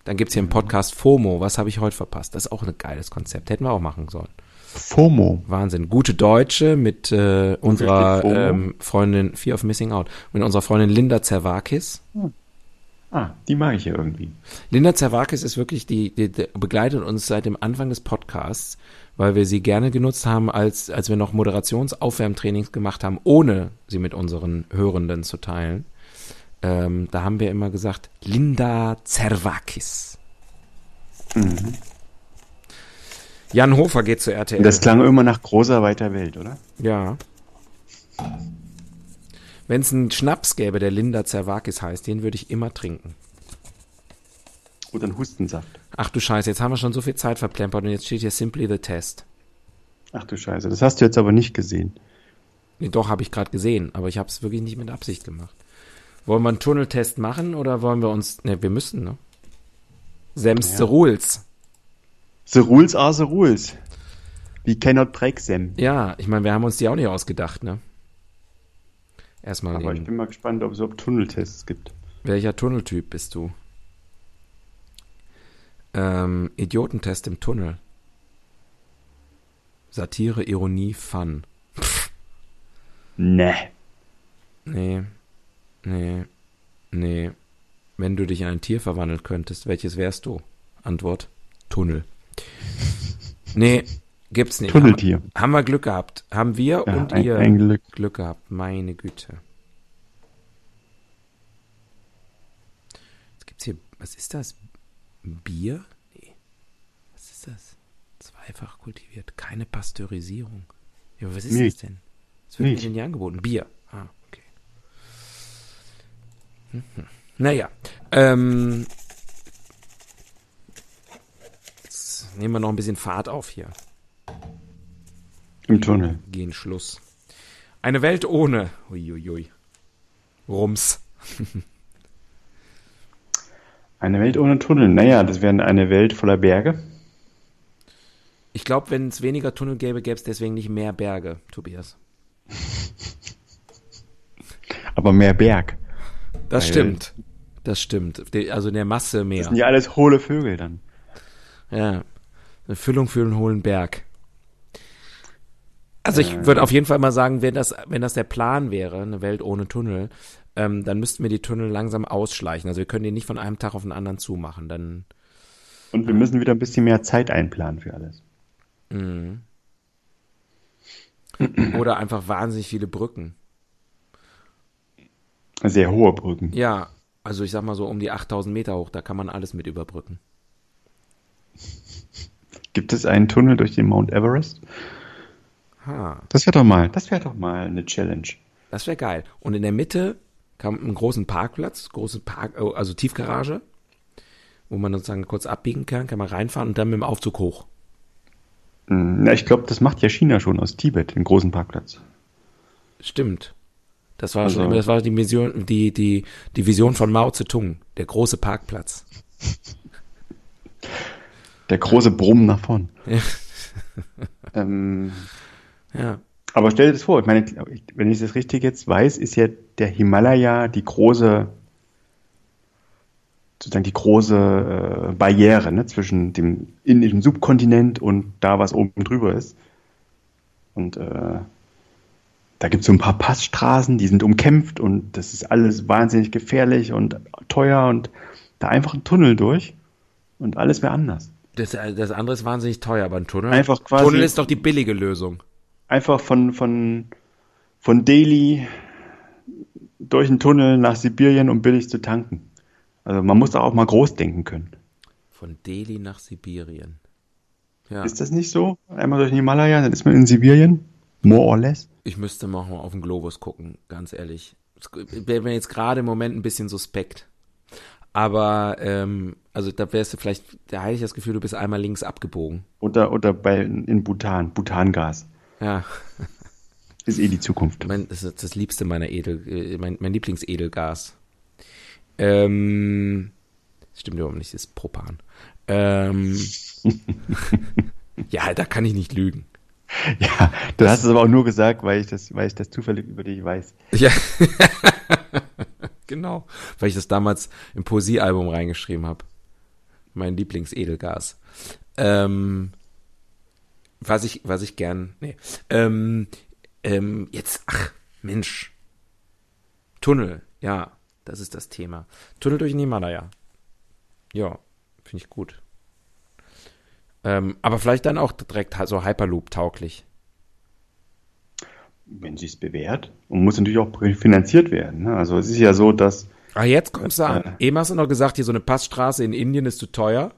[SPEAKER 2] Dann gibt es hier einen Podcast FOMO. Was habe ich heute verpasst? Das ist auch ein geiles Konzept. Hätten wir auch machen sollen.
[SPEAKER 1] FOMO.
[SPEAKER 2] Wahnsinn. Gute Deutsche mit äh, unserer
[SPEAKER 1] FOMO?
[SPEAKER 2] ähm, Freundin Fear of Missing Out. Mit unserer Freundin Linda Zervakis.
[SPEAKER 1] Ah, die mag ich ja irgendwie.
[SPEAKER 2] Linda Zervakis ist wirklich die, die, die begleitet uns seit dem Anfang des Podcasts, weil wir sie gerne genutzt haben, als, als wir noch Moderationsaufwärmtrainings gemacht haben, ohne sie mit unseren Hörenden zu teilen. Ähm, da haben wir immer gesagt, Linda Zervakis. Jan Hofer geht zu RTL.
[SPEAKER 1] Das klang immer nach großer, weiter Welt, oder?
[SPEAKER 2] Ja. Wenn es einen Schnaps gäbe, der Linda Zervakis heißt, den würde ich immer trinken.
[SPEAKER 1] Oder ein Hustensaft.
[SPEAKER 2] Ach du Scheiße, jetzt haben wir schon so viel Zeit verplempert und jetzt steht hier Simply the Test.
[SPEAKER 1] Ach du Scheiße, das hast du jetzt aber nicht gesehen.
[SPEAKER 2] Nee, doch, habe ich gerade gesehen, aber ich habe es wirklich nicht mit Absicht gemacht. Wollen wir einen Tunneltest machen oder wollen wir uns. Ne, wir müssen, ne? Sämste Rules.
[SPEAKER 1] The rules are the rules. We cannot break them.
[SPEAKER 2] Ja, ich meine, wir haben uns die auch nicht ausgedacht, ne? Erstmal,
[SPEAKER 1] Aber ich
[SPEAKER 2] den-
[SPEAKER 1] bin mal gespannt, ob es überhaupt Tunneltests gibt.
[SPEAKER 2] welcher Tunneltyp bist du? Ähm, Idiotentest im Tunnel. Satire, Ironie, Fun.
[SPEAKER 1] Nee.
[SPEAKER 2] Nee, nee, nee. Wenn du dich in ein Tier verwandeln könntest, welches wärst du? Antwort:
[SPEAKER 1] (laughs)
[SPEAKER 2] Tunnel. Nee, gibt's nicht.
[SPEAKER 1] Tunneltier.
[SPEAKER 2] Haben, haben wir Glück gehabt. Haben wir
[SPEAKER 1] Ja,
[SPEAKER 2] und
[SPEAKER 1] ein-
[SPEAKER 2] ihr
[SPEAKER 1] ein Glück.
[SPEAKER 2] gehabt. Meine Güte. Jetzt gibt's hier, was ist das? Bier? Nee. Was ist das? Zweifach kultiviert. Keine Pasteurisierung. Ja, was ist
[SPEAKER 1] Milch.
[SPEAKER 2] das denn? Es wird
[SPEAKER 1] Milch.
[SPEAKER 2] mir nicht angeboten. Bier. Ah, okay. Mhm. Naja. Ähm, jetzt nehmen wir noch ein bisschen Fahrt auf hier.
[SPEAKER 1] Im Tunnel.
[SPEAKER 2] Gehen Schluss. Eine Welt ohne. Uiuiui. Rums.
[SPEAKER 1] Eine Welt ohne Tunnel. Naja, das wäre eine Welt voller Berge.
[SPEAKER 2] Ich glaube, wenn es weniger Tunnel gäbe, gäbe es deswegen nicht mehr Berge, Tobias.
[SPEAKER 1] Aber mehr Berg.
[SPEAKER 2] Das
[SPEAKER 1] Weil-
[SPEAKER 2] stimmt. Das stimmt. De- Also in der Masse mehr.
[SPEAKER 1] Das sind ja alles hohle Vögel dann.
[SPEAKER 2] Ja. Eine Füllung für einen hohlen Berg. Also
[SPEAKER 1] Äh.
[SPEAKER 2] ich würde auf jeden Fall mal sagen, wenn das, wenn das der Plan wäre, eine Welt ohne Tunnel, ähm, dann müssten wir die Tunnel langsam ausschleichen. Also wir können die nicht von einem Tag auf den anderen zumachen. Dann
[SPEAKER 1] Und wir müssen wieder ein bisschen mehr Zeit einplanen für alles. Mhm.
[SPEAKER 2] oder einfach wahnsinnig viele Brücken.
[SPEAKER 1] Sehr hohe Brücken.
[SPEAKER 2] Ja, also ich sag mal so um die 8000 Meter hoch, da kann man alles mit überbrücken.
[SPEAKER 1] Gibt es einen Tunnel durch den Mount Everest?
[SPEAKER 2] Ha,
[SPEAKER 1] Das wäre doch mal, das wäre doch mal eine Challenge.
[SPEAKER 2] das wäre geil. Und in der Mitte kam einen großen Parkplatz, große Park, äh, also Tiefgarage, wo man sozusagen kurz abbiegen kann, kann man reinfahren und dann mit dem Aufzug hoch.
[SPEAKER 1] Hm, Na, ich glaube, das macht ja China schon aus Tibet, den großen Parkplatz.
[SPEAKER 2] Stimmt. Das war
[SPEAKER 1] Also-
[SPEAKER 2] schon immer, das war die Mission, die, die, die Vision von Mao Zedong, der große Parkplatz.
[SPEAKER 1] Der große Brumm nach vorn. ähm,
[SPEAKER 2] Ja.
[SPEAKER 1] aber stell dir das vor, ich meine, wenn ich das richtig jetzt weiß, ist ja der Himalaya die große, sozusagen die große äh, Barriere ne, zwischen dem indischen Subkontinent und da, was oben drüber ist. Und äh, da gibt es so ein paar Passstraßen, die sind umkämpft und das ist alles wahnsinnig gefährlich und teuer und da einfach ein Tunnel durch und alles wäre anders.
[SPEAKER 2] Das, äh, das andere ist wahnsinnig teuer, aber ein Tunnel.
[SPEAKER 1] Einfach quasi-
[SPEAKER 2] Tunnel ist doch die billige Lösung.
[SPEAKER 1] einfach von, von, von Delhi durch einen Tunnel nach Sibirien, um billig zu tanken. Also man muss da auch mal groß denken können.
[SPEAKER 2] Von Delhi nach Sibirien. Ja.
[SPEAKER 1] Ist das nicht so? Einmal durch den Himalaya, dann ist man in Sibirien, more or less.
[SPEAKER 2] Ich müsste mal auf den Globus gucken, ganz ehrlich. Es wäre mir jetzt gerade im Moment ein bisschen suspekt. Aber, ähm, also da wärst du vielleicht, da hätte ich das Gefühl, du bist einmal links abgebogen.
[SPEAKER 1] Oder, oder bei, in Bhutan, Butangas.
[SPEAKER 2] Ja,
[SPEAKER 1] Ist eh die Zukunft.
[SPEAKER 2] mein, das ist das Liebste meiner Edel, äh, mein, mein Lieblingsedelgas. Ähm, das stimmt überhaupt nicht, das ist Propan. Ähm, ja, da kann ich nicht lügen.
[SPEAKER 1] (laughs) Ja, du hast es aber auch nur gesagt, weil ich das, weil ich das zufällig über dich weiß.
[SPEAKER 2] Ja. genau. Weil ich das damals im Poesiealbum reingeschrieben habe. mein Lieblingsedelgas. Ähm, was ich, was ich gern, nee. Ähm, ähm, jetzt, ach, Mensch. Tunnel, ja, das ist das Thema. Tunnel durch den Himalaya. Ja, finde ich gut. Ähm, aber vielleicht dann auch direkt so Hyperloop-tauglich.
[SPEAKER 1] Wenn sie es bewährt. Und muss natürlich auch finanziert werden. Ne? Also es ist ja so, dass.
[SPEAKER 2] Ah, jetzt kommst du an.
[SPEAKER 1] Äh.
[SPEAKER 2] Eben hast du noch gesagt, hier so eine Passstraße in Indien ist zu teuer.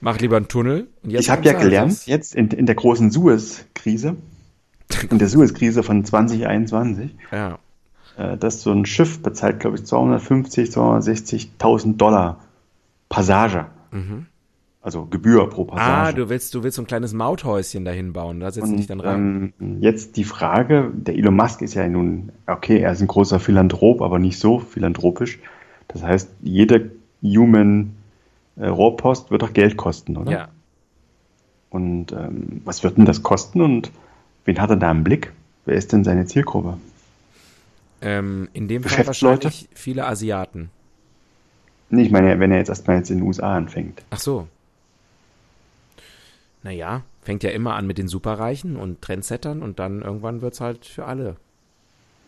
[SPEAKER 2] Mach lieber einen Tunnel.
[SPEAKER 1] ich habe ja
[SPEAKER 2] an,
[SPEAKER 1] gelernt,
[SPEAKER 2] was-
[SPEAKER 1] jetzt in, in der großen
[SPEAKER 2] (laughs)
[SPEAKER 1] Suez-Krise, in der Suez-Krise von 2021,
[SPEAKER 2] Ja.
[SPEAKER 1] äh, dass so ein Schiff bezahlt, glaube ich, 250, 260.000 Dollar Passage. Also Gebühr pro Passage.
[SPEAKER 2] Mhm. Ah, du willst, du willst so ein kleines Mauthäuschen dahin bauen. Da setzt du dich dann rein.
[SPEAKER 1] Ähm, jetzt die Frage, der Elon Musk ist ja nun, okay, er ist ein großer Philanthrop, aber nicht so philanthropisch. Das heißt, jede Human äh, Rohrpost wird auch Geld kosten, oder?
[SPEAKER 2] ja.
[SPEAKER 1] Und ähm, was wird denn das kosten und wen hat er da im Blick? Wer ist denn seine Zielgruppe?
[SPEAKER 2] Ähm, in dem Fall
[SPEAKER 1] Geschäftsleute?
[SPEAKER 2] wahrscheinlich viele Asiaten.
[SPEAKER 1] Nee, ich meine, wenn er jetzt erstmal jetzt in den USA anfängt.
[SPEAKER 2] Ach so. Naja, fängt ja immer an mit den Superreichen und Trendsettern und dann irgendwann wird's halt für alle.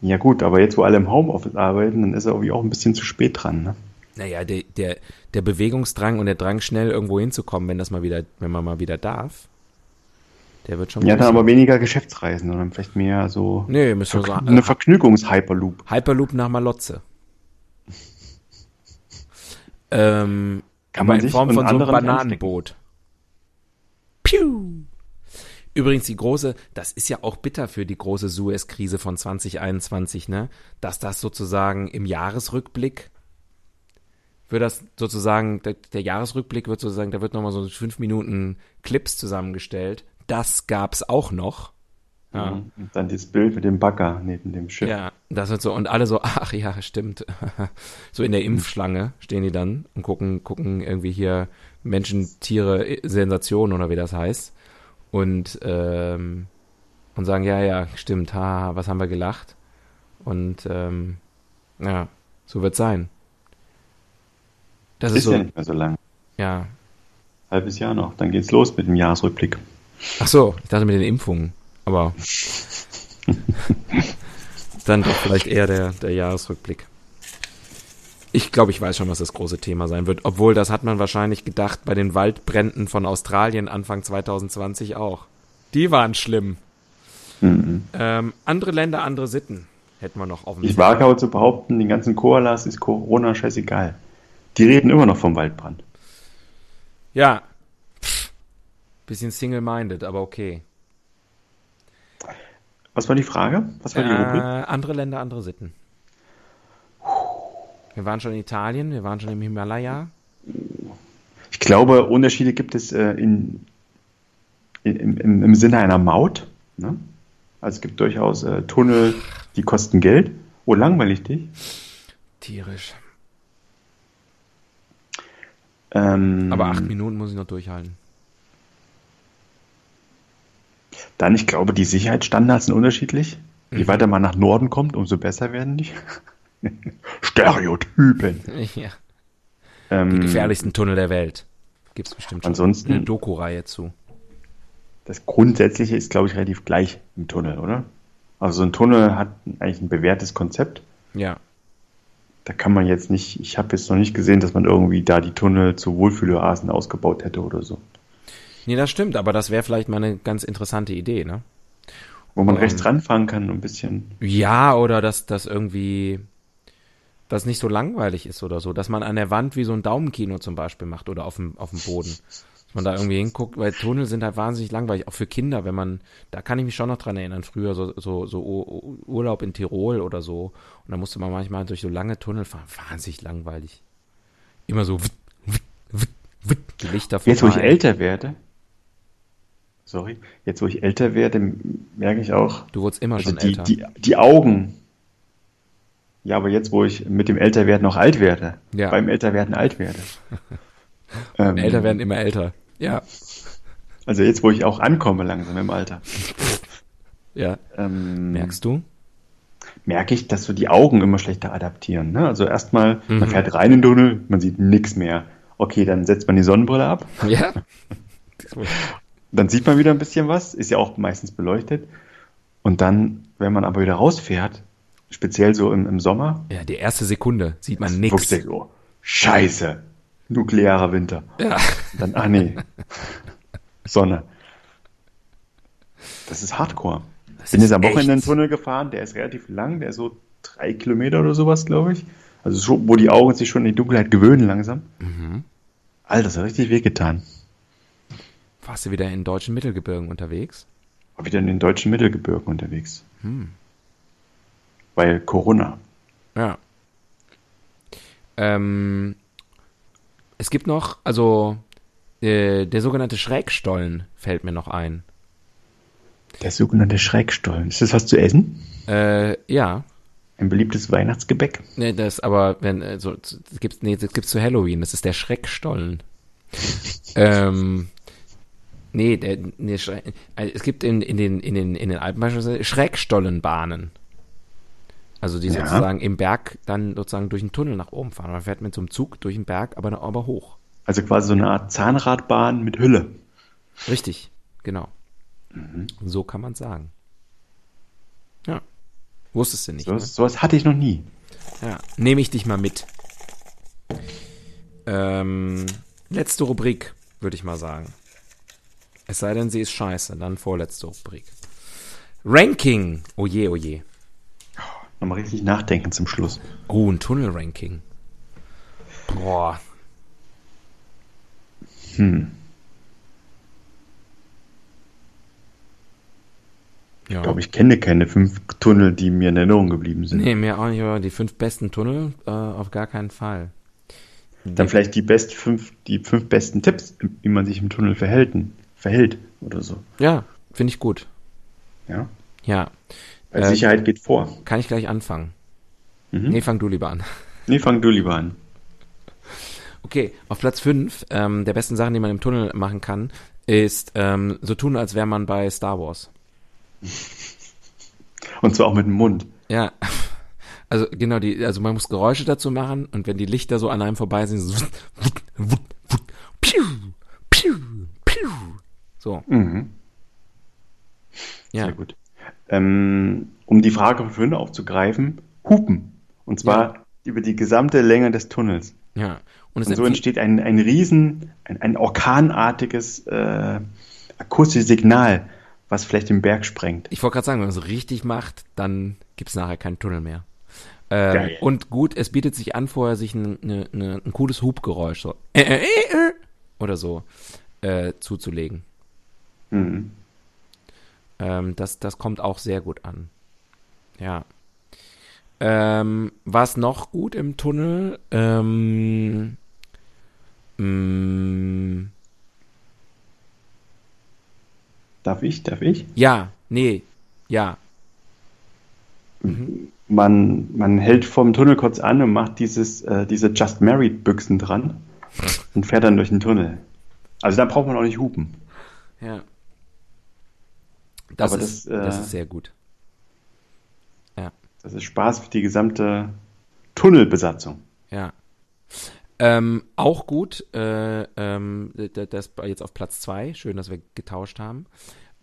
[SPEAKER 1] Ja gut, aber jetzt, wo alle im Homeoffice arbeiten, dann ist er irgendwie auch ein bisschen zu spät dran. Ne?
[SPEAKER 2] Naja, der, der, der Bewegungsdrang und der Drang, schnell irgendwo hinzukommen, wenn das mal wieder, wenn man mal wieder darf, der wird schon
[SPEAKER 1] Ja, dann
[SPEAKER 2] größer.
[SPEAKER 1] aber weniger Geschäftsreisen, sondern vielleicht mehr so
[SPEAKER 2] Nee, müssen wir sagen.
[SPEAKER 1] eine Vergnügungs-Hyperloop.
[SPEAKER 2] Hyperloop nach Malotze. (laughs) ähm,
[SPEAKER 1] Kann
[SPEAKER 2] aber
[SPEAKER 1] man
[SPEAKER 2] in
[SPEAKER 1] sich
[SPEAKER 2] Form
[SPEAKER 1] und
[SPEAKER 2] von so einem
[SPEAKER 1] anderen
[SPEAKER 2] Bananenboot. Piu! Übrigens, die große, das ist ja auch bitter für die große Suez-Krise von 2021, ne? Dass das sozusagen im Jahresrückblick wird das sozusagen, der, der Jahresrückblick wird sozusagen, da wird nochmal so fünf Minuten Clips zusammengestellt. Das gab's auch noch. Ja.
[SPEAKER 1] Und dann dieses Bild mit dem Bagger neben dem Schiff.
[SPEAKER 2] Ja, das wird so, und alle so, (laughs) ach ja, stimmt. (laughs) So in der Impfschlange stehen die dann und gucken, gucken irgendwie hier Menschen, Tiere, äh, Sensation oder wie das heißt. Und, ähm, und sagen, ja, ja, stimmt, haha, was haben wir gelacht? Und ähm, ja, so wird's sein. Das ist,
[SPEAKER 1] ist
[SPEAKER 2] so,
[SPEAKER 1] ja nicht mehr so lang.
[SPEAKER 2] ja.
[SPEAKER 1] Halbes Jahr noch, dann geht's los mit dem Jahresrückblick.
[SPEAKER 2] Ach so, ich dachte mit den Impfungen, (laughs) aber dann doch vielleicht eher der, der Jahresrückblick. Ich glaube, ich weiß schon, was das große Thema sein wird, obwohl das hat man wahrscheinlich gedacht bei den Waldbränden von Australien Anfang 2020 auch. Die waren schlimm. Ähm, andere Länder, andere Sitten hätten wir noch auf dem
[SPEAKER 1] Ich wage aber zu behaupten, den ganzen Koalas ist Corona scheißegal. Die reden immer noch vom Waldbrand.
[SPEAKER 2] Ja. Pff. Bisschen single-minded, aber okay.
[SPEAKER 1] Was war die Frage? Was war die Rubrik?
[SPEAKER 2] Äh, andere Länder, andere Sitten. Wir waren schon in Italien, wir waren schon im Himalaya.
[SPEAKER 1] Ich glaube, Unterschiede gibt es äh, in, in, im, im Sinne einer Maut. Ne? Also es gibt durchaus äh, Tunnel, die kosten Geld. Oh, langweilig dich.
[SPEAKER 2] Tierisch.
[SPEAKER 1] Ähm,
[SPEAKER 2] Aber acht Minuten muss ich
[SPEAKER 1] (laughs)
[SPEAKER 2] noch durchhalten.
[SPEAKER 1] Dann, ich glaube, die Sicherheitsstandards sind unterschiedlich.
[SPEAKER 2] Mhm.
[SPEAKER 1] Je weiter man nach Norden kommt, umso besser werden die. (laughs) Stereotypen.
[SPEAKER 2] Ja.
[SPEAKER 1] Ähm,
[SPEAKER 2] Die gefährlichsten Tunnel der Welt. Gibt's bestimmt schon
[SPEAKER 1] Ansonsten-
[SPEAKER 2] eine Doku-Reihe zu.
[SPEAKER 1] Das Grundsätzliche ist, glaube ich, relativ gleich im Tunnel, oder? Also so ein Tunnel hat eigentlich ein bewährtes Konzept.
[SPEAKER 2] Ja.
[SPEAKER 1] Da kann man jetzt nicht, ich habe jetzt noch nicht gesehen, dass man irgendwie da die Tunnel zu Wohlfühloasen ausgebaut hätte oder so.
[SPEAKER 2] Nee, das stimmt, aber das wäre vielleicht mal eine ganz interessante Idee, ne?
[SPEAKER 1] Wo man
[SPEAKER 2] Ähm.
[SPEAKER 1] rechts ranfahren kann und ein bisschen.
[SPEAKER 2] Ja, oder dass das irgendwie das nicht so langweilig ist oder so, dass man an der Wand wie so ein Daumenkino zum Beispiel macht oder auf dem, auf dem Boden. Dass man da irgendwie hinguckt, weil Tunnel sind halt wahnsinnig langweilig, auch für Kinder, wenn man, da kann ich mich schon noch dran erinnern, früher so, so, so U- U- Urlaub in Tirol oder so. Und da musste man manchmal durch so lange Tunnel fahren, wahnsinnig langweilig. Immer so witt, witt, witt, witt, die Lichter
[SPEAKER 1] Jetzt, wo ich
[SPEAKER 2] vorbei.
[SPEAKER 1] älter werde, sorry, jetzt, wo ich älter werde, merke ich auch,
[SPEAKER 2] Du wurdest immer
[SPEAKER 1] also
[SPEAKER 2] schon
[SPEAKER 1] die,
[SPEAKER 2] älter.
[SPEAKER 1] die, die Augen. Ja, aber jetzt, wo ich mit dem Älterwerden auch alt werde,
[SPEAKER 2] Ja.
[SPEAKER 1] beim Älterwerden alt werde. ähm,
[SPEAKER 2] Älter werden immer älter. Ja,
[SPEAKER 1] Also jetzt, wo ich auch ankomme langsam im Alter,
[SPEAKER 2] ja.
[SPEAKER 1] ähm,
[SPEAKER 2] Merkst du?
[SPEAKER 1] merke ich, dass so die Augen immer schlechter adaptieren. Ne? Also erstmal, man fährt rein in den Tunnel, man sieht nichts mehr. Okay, dann setzt man die Sonnenbrille ab.
[SPEAKER 2] Ja.
[SPEAKER 1] Dann sieht man wieder ein bisschen was, ist ja auch meistens beleuchtet. Und dann, wenn man aber wieder rausfährt, speziell so im, im Sommer,
[SPEAKER 2] Ja, die erste Sekunde sieht man
[SPEAKER 1] guckt
[SPEAKER 2] nichts.
[SPEAKER 1] sich so, scheiße, nuklearer Winter.
[SPEAKER 2] Ja.
[SPEAKER 1] Dann, ah nee, Sonne. Das ist Hardcore. Ich bin
[SPEAKER 2] ist
[SPEAKER 1] jetzt am Wochenende einen
[SPEAKER 2] echt.
[SPEAKER 1] Tunnel gefahren, der ist relativ lang, der ist so drei Kilometer oder sowas, glaube ich. Also so, wo die Augen sich schon in die Dunkelheit gewöhnen langsam.
[SPEAKER 2] Mhm.
[SPEAKER 1] Alter, das hat richtig wehgetan.
[SPEAKER 2] Warst du wieder in deutschen Mittelgebirgen unterwegs?
[SPEAKER 1] War wieder in den deutschen Mittelgebirgen unterwegs.
[SPEAKER 2] Hm.
[SPEAKER 1] Weil Corona.
[SPEAKER 2] Ja. Ähm, es gibt noch, also äh, der sogenannte Schrägstollen fällt mir noch ein.
[SPEAKER 1] Der sogenannte Schrägstollen. Ist das was zu essen?
[SPEAKER 2] Äh, ja,
[SPEAKER 1] Ein beliebtes Weihnachtsgebäck.
[SPEAKER 2] ne, das aber wenn äh, so z- das gibt's nee, das gibt's zu Halloween, das ist
[SPEAKER 1] (laughs)
[SPEAKER 2] der Schreckstollen. ähm nee, der, nee, Schre also es gibt in, in den in den in den Alpen beispielsweise Schrägstollenbahnen. Also die
[SPEAKER 1] Ja.
[SPEAKER 2] sozusagen im Berg dann sozusagen durch einen Tunnel nach oben fahren. Man fährt mit so einem Zug durch den Berg, aber aber hoch.
[SPEAKER 1] Also quasi so eine Art Zahnradbahn mit Hülle.
[SPEAKER 2] Richtig, genau.
[SPEAKER 1] Mhm.
[SPEAKER 2] So kann man sagen. Ja. Wusstest du nicht.
[SPEAKER 1] So, sowas hatte ich noch nie.
[SPEAKER 2] ne? Ja. Nehme ich dich mal mit. Ähm, letzte Rubrik, würde ich mal sagen. Es sei denn, sie ist scheiße, dann vorletzte Rubrik. Ranking. Oh je, oh je.
[SPEAKER 1] Nochmal richtig nachdenken zum Schluss.
[SPEAKER 2] Oh, ein Tunnel-Ranking. Boah. Hm. Ja.
[SPEAKER 1] Ich glaube, ich kenne keine fünf Tunnel, die mir in Erinnerung geblieben sind.
[SPEAKER 2] Nee, mir auch nicht, aber die fünf besten Tunnel äh, auf gar keinen Fall.
[SPEAKER 1] Dann vielleicht die, best fünf, die fünf besten Tipps, wie man sich im Tunnel verhält, verhält oder so.
[SPEAKER 2] Ja, finde ich gut.
[SPEAKER 1] Ja?
[SPEAKER 2] Ja,
[SPEAKER 1] Weil
[SPEAKER 2] Äh,
[SPEAKER 1] Sicherheit geht vor.
[SPEAKER 2] kann ich gleich anfangen.
[SPEAKER 1] Mhm.
[SPEAKER 2] Nee, fang du lieber an. (laughs)
[SPEAKER 1] Nee, fang du lieber an.
[SPEAKER 2] Okay, auf Platz fünf ähm, der besten Sachen, die man im Tunnel machen kann, ist ähm, so tun, als wäre man bei Star Wars.
[SPEAKER 1] Und zwar auch mit dem Mund.
[SPEAKER 2] Ja, (laughs) also genau, die, also man muss Geräusche dazu machen und wenn die Lichter so an einem vorbei sind, so, wut, wut, wut, wut, piu, piu, piu. So, ja.
[SPEAKER 1] Mhm. Sehr gut. Ähm, um die Frage von vorhin aufzugreifen, hupen. Und zwar über die gesamte Länge des Tunnels.
[SPEAKER 2] ja. es
[SPEAKER 1] Und so
[SPEAKER 2] empfie-
[SPEAKER 1] entsteht ein, ein riesen, ein, ein orkanartiges äh, akustisches Signal, was vielleicht den Berg sprengt.
[SPEAKER 2] Ich wollte gerade sagen, wenn man es richtig macht, dann gibt's nachher keinen Tunnel mehr. Ähm,
[SPEAKER 1] Geil.
[SPEAKER 2] Und gut, es bietet sich an, vorher sich ein, ne, ne, ein cooles Hubgeräusch so äh, äh, äh, äh, oder so äh, zuzulegen. Ähm, das, das kommt auch sehr gut an. Ja. Ähm, was noch gut im Tunnel? Ähm, mm, mh,
[SPEAKER 1] Darf ich? Darf ich?
[SPEAKER 2] ja, nee, ja,
[SPEAKER 1] Man, man hält vom Tunnel kurz an und macht dieses, äh, diese Just Married Büchsen dran und fährt dann durch den Tunnel. Also da braucht man auch nicht hupen.
[SPEAKER 2] Ja. Das,
[SPEAKER 1] Aber
[SPEAKER 2] ist,
[SPEAKER 1] das, äh,
[SPEAKER 2] das ist sehr gut. Ja,
[SPEAKER 1] Das ist Spaß für die gesamte Tunnelbesatzung.
[SPEAKER 2] ja. Ähm, auch gut, äh, ähm, d- d- das war jetzt auf Platz zwei. schön, dass wir getauscht haben.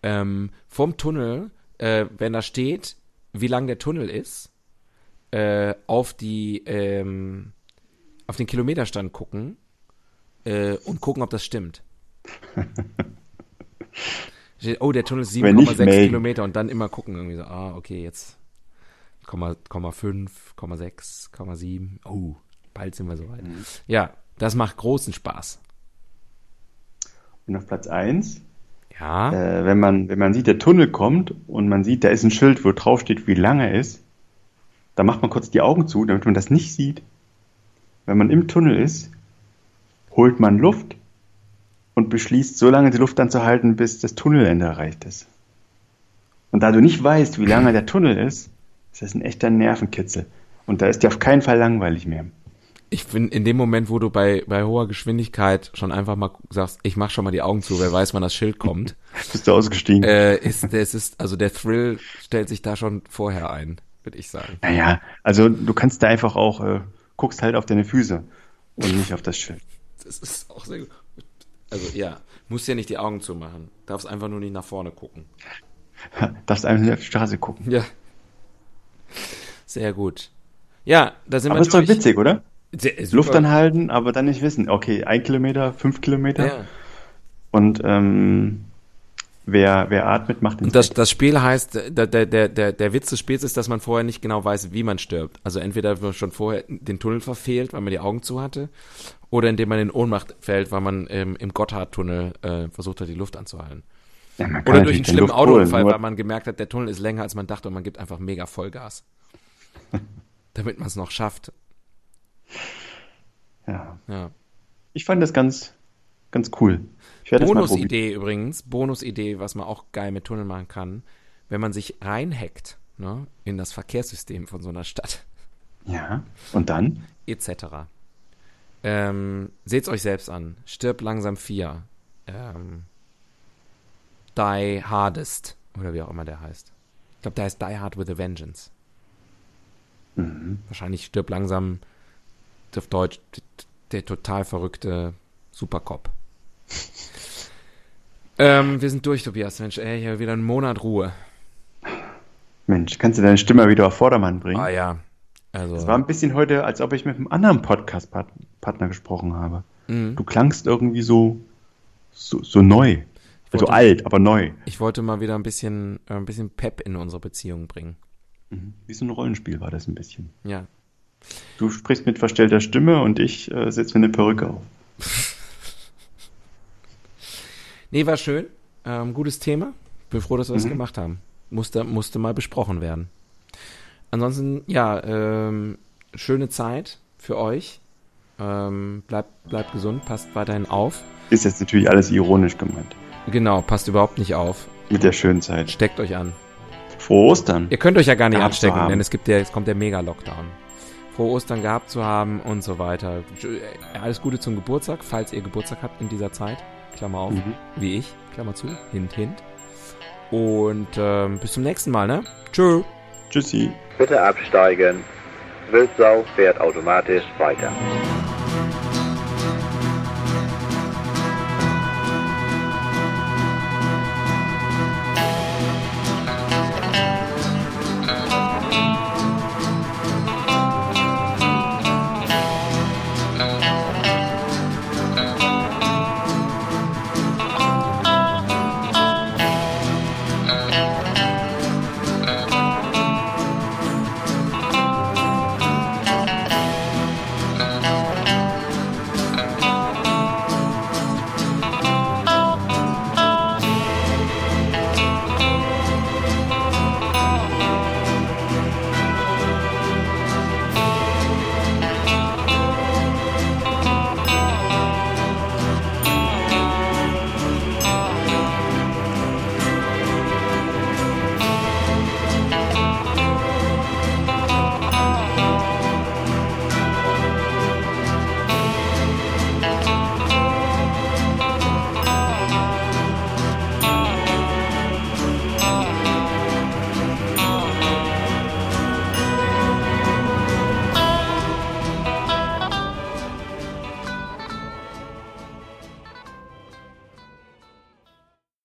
[SPEAKER 2] Ähm, vom Tunnel, äh, wenn da steht, wie lang der Tunnel ist, äh, auf die, ähm, auf den Kilometerstand gucken äh, und gucken, ob
[SPEAKER 1] (laughs)
[SPEAKER 2] das stimmt. Steht, oh, der Tunnel ist
[SPEAKER 1] Wenn nicht,
[SPEAKER 2] 7,6
[SPEAKER 1] melden.
[SPEAKER 2] Kilometer und dann immer gucken irgendwie so, ah, okay, jetzt 0,5, 0,6, 0,7. Oh, bald sind wir soweit.
[SPEAKER 1] Mhm.
[SPEAKER 2] Ja, das macht großen Spaß.
[SPEAKER 1] Und auf Platz 1,
[SPEAKER 2] Ja.
[SPEAKER 1] äh, wenn, man, wenn man sieht, der Tunnel kommt und man sieht, da ist ein Schild, wo drauf steht, wie lang er ist, dann macht man kurz die Augen zu, damit man das nicht sieht. Wenn man im Tunnel ist, holt man Luft und beschließt, so lange die Luft anzuhalten, bis das Tunnelende erreicht ist. Und da du nicht weißt, wie lange der Tunnel ist, ist das ein echter Nervenkitzel. Und da ist dir auf keinen Fall langweilig mehr.
[SPEAKER 2] Ich finde, in dem Moment, wo du bei, bei hoher Geschwindigkeit schon einfach mal sagst, ich mach schon mal die Augen zu, wer weiß, wann das Schild (laughs) kommt,
[SPEAKER 1] Bist du ausgestiegen?
[SPEAKER 2] äh, ist, das ist, also der Thrill stellt sich da schon vorher ein, würde ich sagen.
[SPEAKER 1] Naja, also du kannst da einfach auch, äh, guckst halt auf deine Füße und nicht auf das Schild.
[SPEAKER 2] Das ist auch sehr gut. Also ja, musst ja nicht die Augen zumachen. Darfst einfach nur nicht nach vorne gucken.
[SPEAKER 1] Darfst einfach nicht auf die Straße gucken.
[SPEAKER 2] Ja. Sehr gut. Ja, da sind
[SPEAKER 1] Aber
[SPEAKER 2] wir
[SPEAKER 1] ist doch
[SPEAKER 2] durch.
[SPEAKER 1] witzig, oder?
[SPEAKER 2] Sehr, super.
[SPEAKER 1] Luft anhalten, aber dann halt, nicht wissen. Okay, ein Kilometer, fünf Kilometer.
[SPEAKER 2] Ja.
[SPEAKER 1] Und ähm, wer, wer atmet, macht den
[SPEAKER 2] Und das, das Spiel heißt, der, der, der, der, der Witz des Spiels ist, dass man vorher nicht genau weiß, wie man stirbt. Also entweder wird schon vorher den Tunnel verfehlt, weil man die Augen zu hatte, oder indem man in Ohnmacht fällt, weil man ähm, im Gotthardtunnel äh, versucht hat, die Luft anzuhalten.
[SPEAKER 1] Ja, man kann
[SPEAKER 2] Oder
[SPEAKER 1] natürlich
[SPEAKER 2] durch einen
[SPEAKER 1] den
[SPEAKER 2] schlimmen
[SPEAKER 1] Luft holen,
[SPEAKER 2] Autounfall,
[SPEAKER 1] nur-
[SPEAKER 2] weil man gemerkt hat, der Tunnel ist länger, als man dachte und man gibt einfach
[SPEAKER 1] (laughs)
[SPEAKER 2] mega Vollgas. Damit man es noch schafft.
[SPEAKER 1] ja.
[SPEAKER 2] Ja.
[SPEAKER 1] Ich fand das ganz, ganz cool. Ich werde das mal probieren.
[SPEAKER 2] Bonusidee übrigens, Bonusidee, was man auch geil mit Tunneln machen kann, wenn man sich reinhackt ne, in das Verkehrssystem von so einer Stadt
[SPEAKER 1] Ja. Und dann?
[SPEAKER 2] etc. Ähm, seht's euch selbst an. Stirb langsam vier. Ähm, die Hardest oder wie auch immer der heißt. Ich glaube, der heißt Die Hard with a Vengeance.
[SPEAKER 1] Mhm.
[SPEAKER 2] Wahrscheinlich stirb langsam auf Deutsch t- t- der total verrückte
[SPEAKER 1] (laughs)
[SPEAKER 2] Supercop. ähm, wir sind durch, Tobias. Mensch, ey, hier wieder einen Monat Ruhe.
[SPEAKER 1] Mensch, kannst du deine Stimme mal wieder auf Vordermann bringen?
[SPEAKER 2] Ah ja. Also,
[SPEAKER 1] Mhm. Es war ein bisschen heute, als ob ich mit einem anderen Podcast-Partner gesprochen habe.
[SPEAKER 2] Mhm.
[SPEAKER 1] Du klangst irgendwie so, so, so neu. Also
[SPEAKER 2] wollte-
[SPEAKER 1] alt, aber neu.
[SPEAKER 2] ich wollte mal wieder ein bisschen, äh, ein bisschen Pep in unsere Beziehung bringen.
[SPEAKER 1] Wie so ein Rollenspiel war das ein bisschen.
[SPEAKER 2] Ja,
[SPEAKER 1] Du sprichst mit verstellter Stimme und ich äh, setze mir eine Perücke auf.
[SPEAKER 2] Nee, war schön. Ähm, gutes Thema. Bin froh, dass wir das gemacht haben. Musste, musste mal besprochen werden. Ansonsten, ja, ähm, schöne Zeit für euch. Ähm, bleibt, bleibt gesund, passt weiterhin auf.
[SPEAKER 1] Ist jetzt natürlich alles ironisch gemeint.
[SPEAKER 2] Genau, passt überhaupt nicht auf.
[SPEAKER 1] Mit der schönen Zeit.
[SPEAKER 2] Steckt euch an.
[SPEAKER 1] Frohe Ostern.
[SPEAKER 2] Ihr könnt euch ja gar nicht
[SPEAKER 1] Gehabt zu
[SPEAKER 2] anstecken,
[SPEAKER 1] haben.
[SPEAKER 2] denn es gibt ja, jetzt kommt der Mega-Lockdown. Frohe Ostern gehabt zu haben und so weiter. Sch- äh, Alles Gute zum Geburtstag, falls ihr Geburtstag habt in dieser Zeit. Klammer auf,
[SPEAKER 1] Mhm.
[SPEAKER 2] wie ich. Klammer zu, hint, hint. Und ähm, bis zum nächsten Mal, ne? Tschö.
[SPEAKER 1] Tschüssi.
[SPEAKER 4] Bitte absteigen. Wildsau fährt automatisch weiter.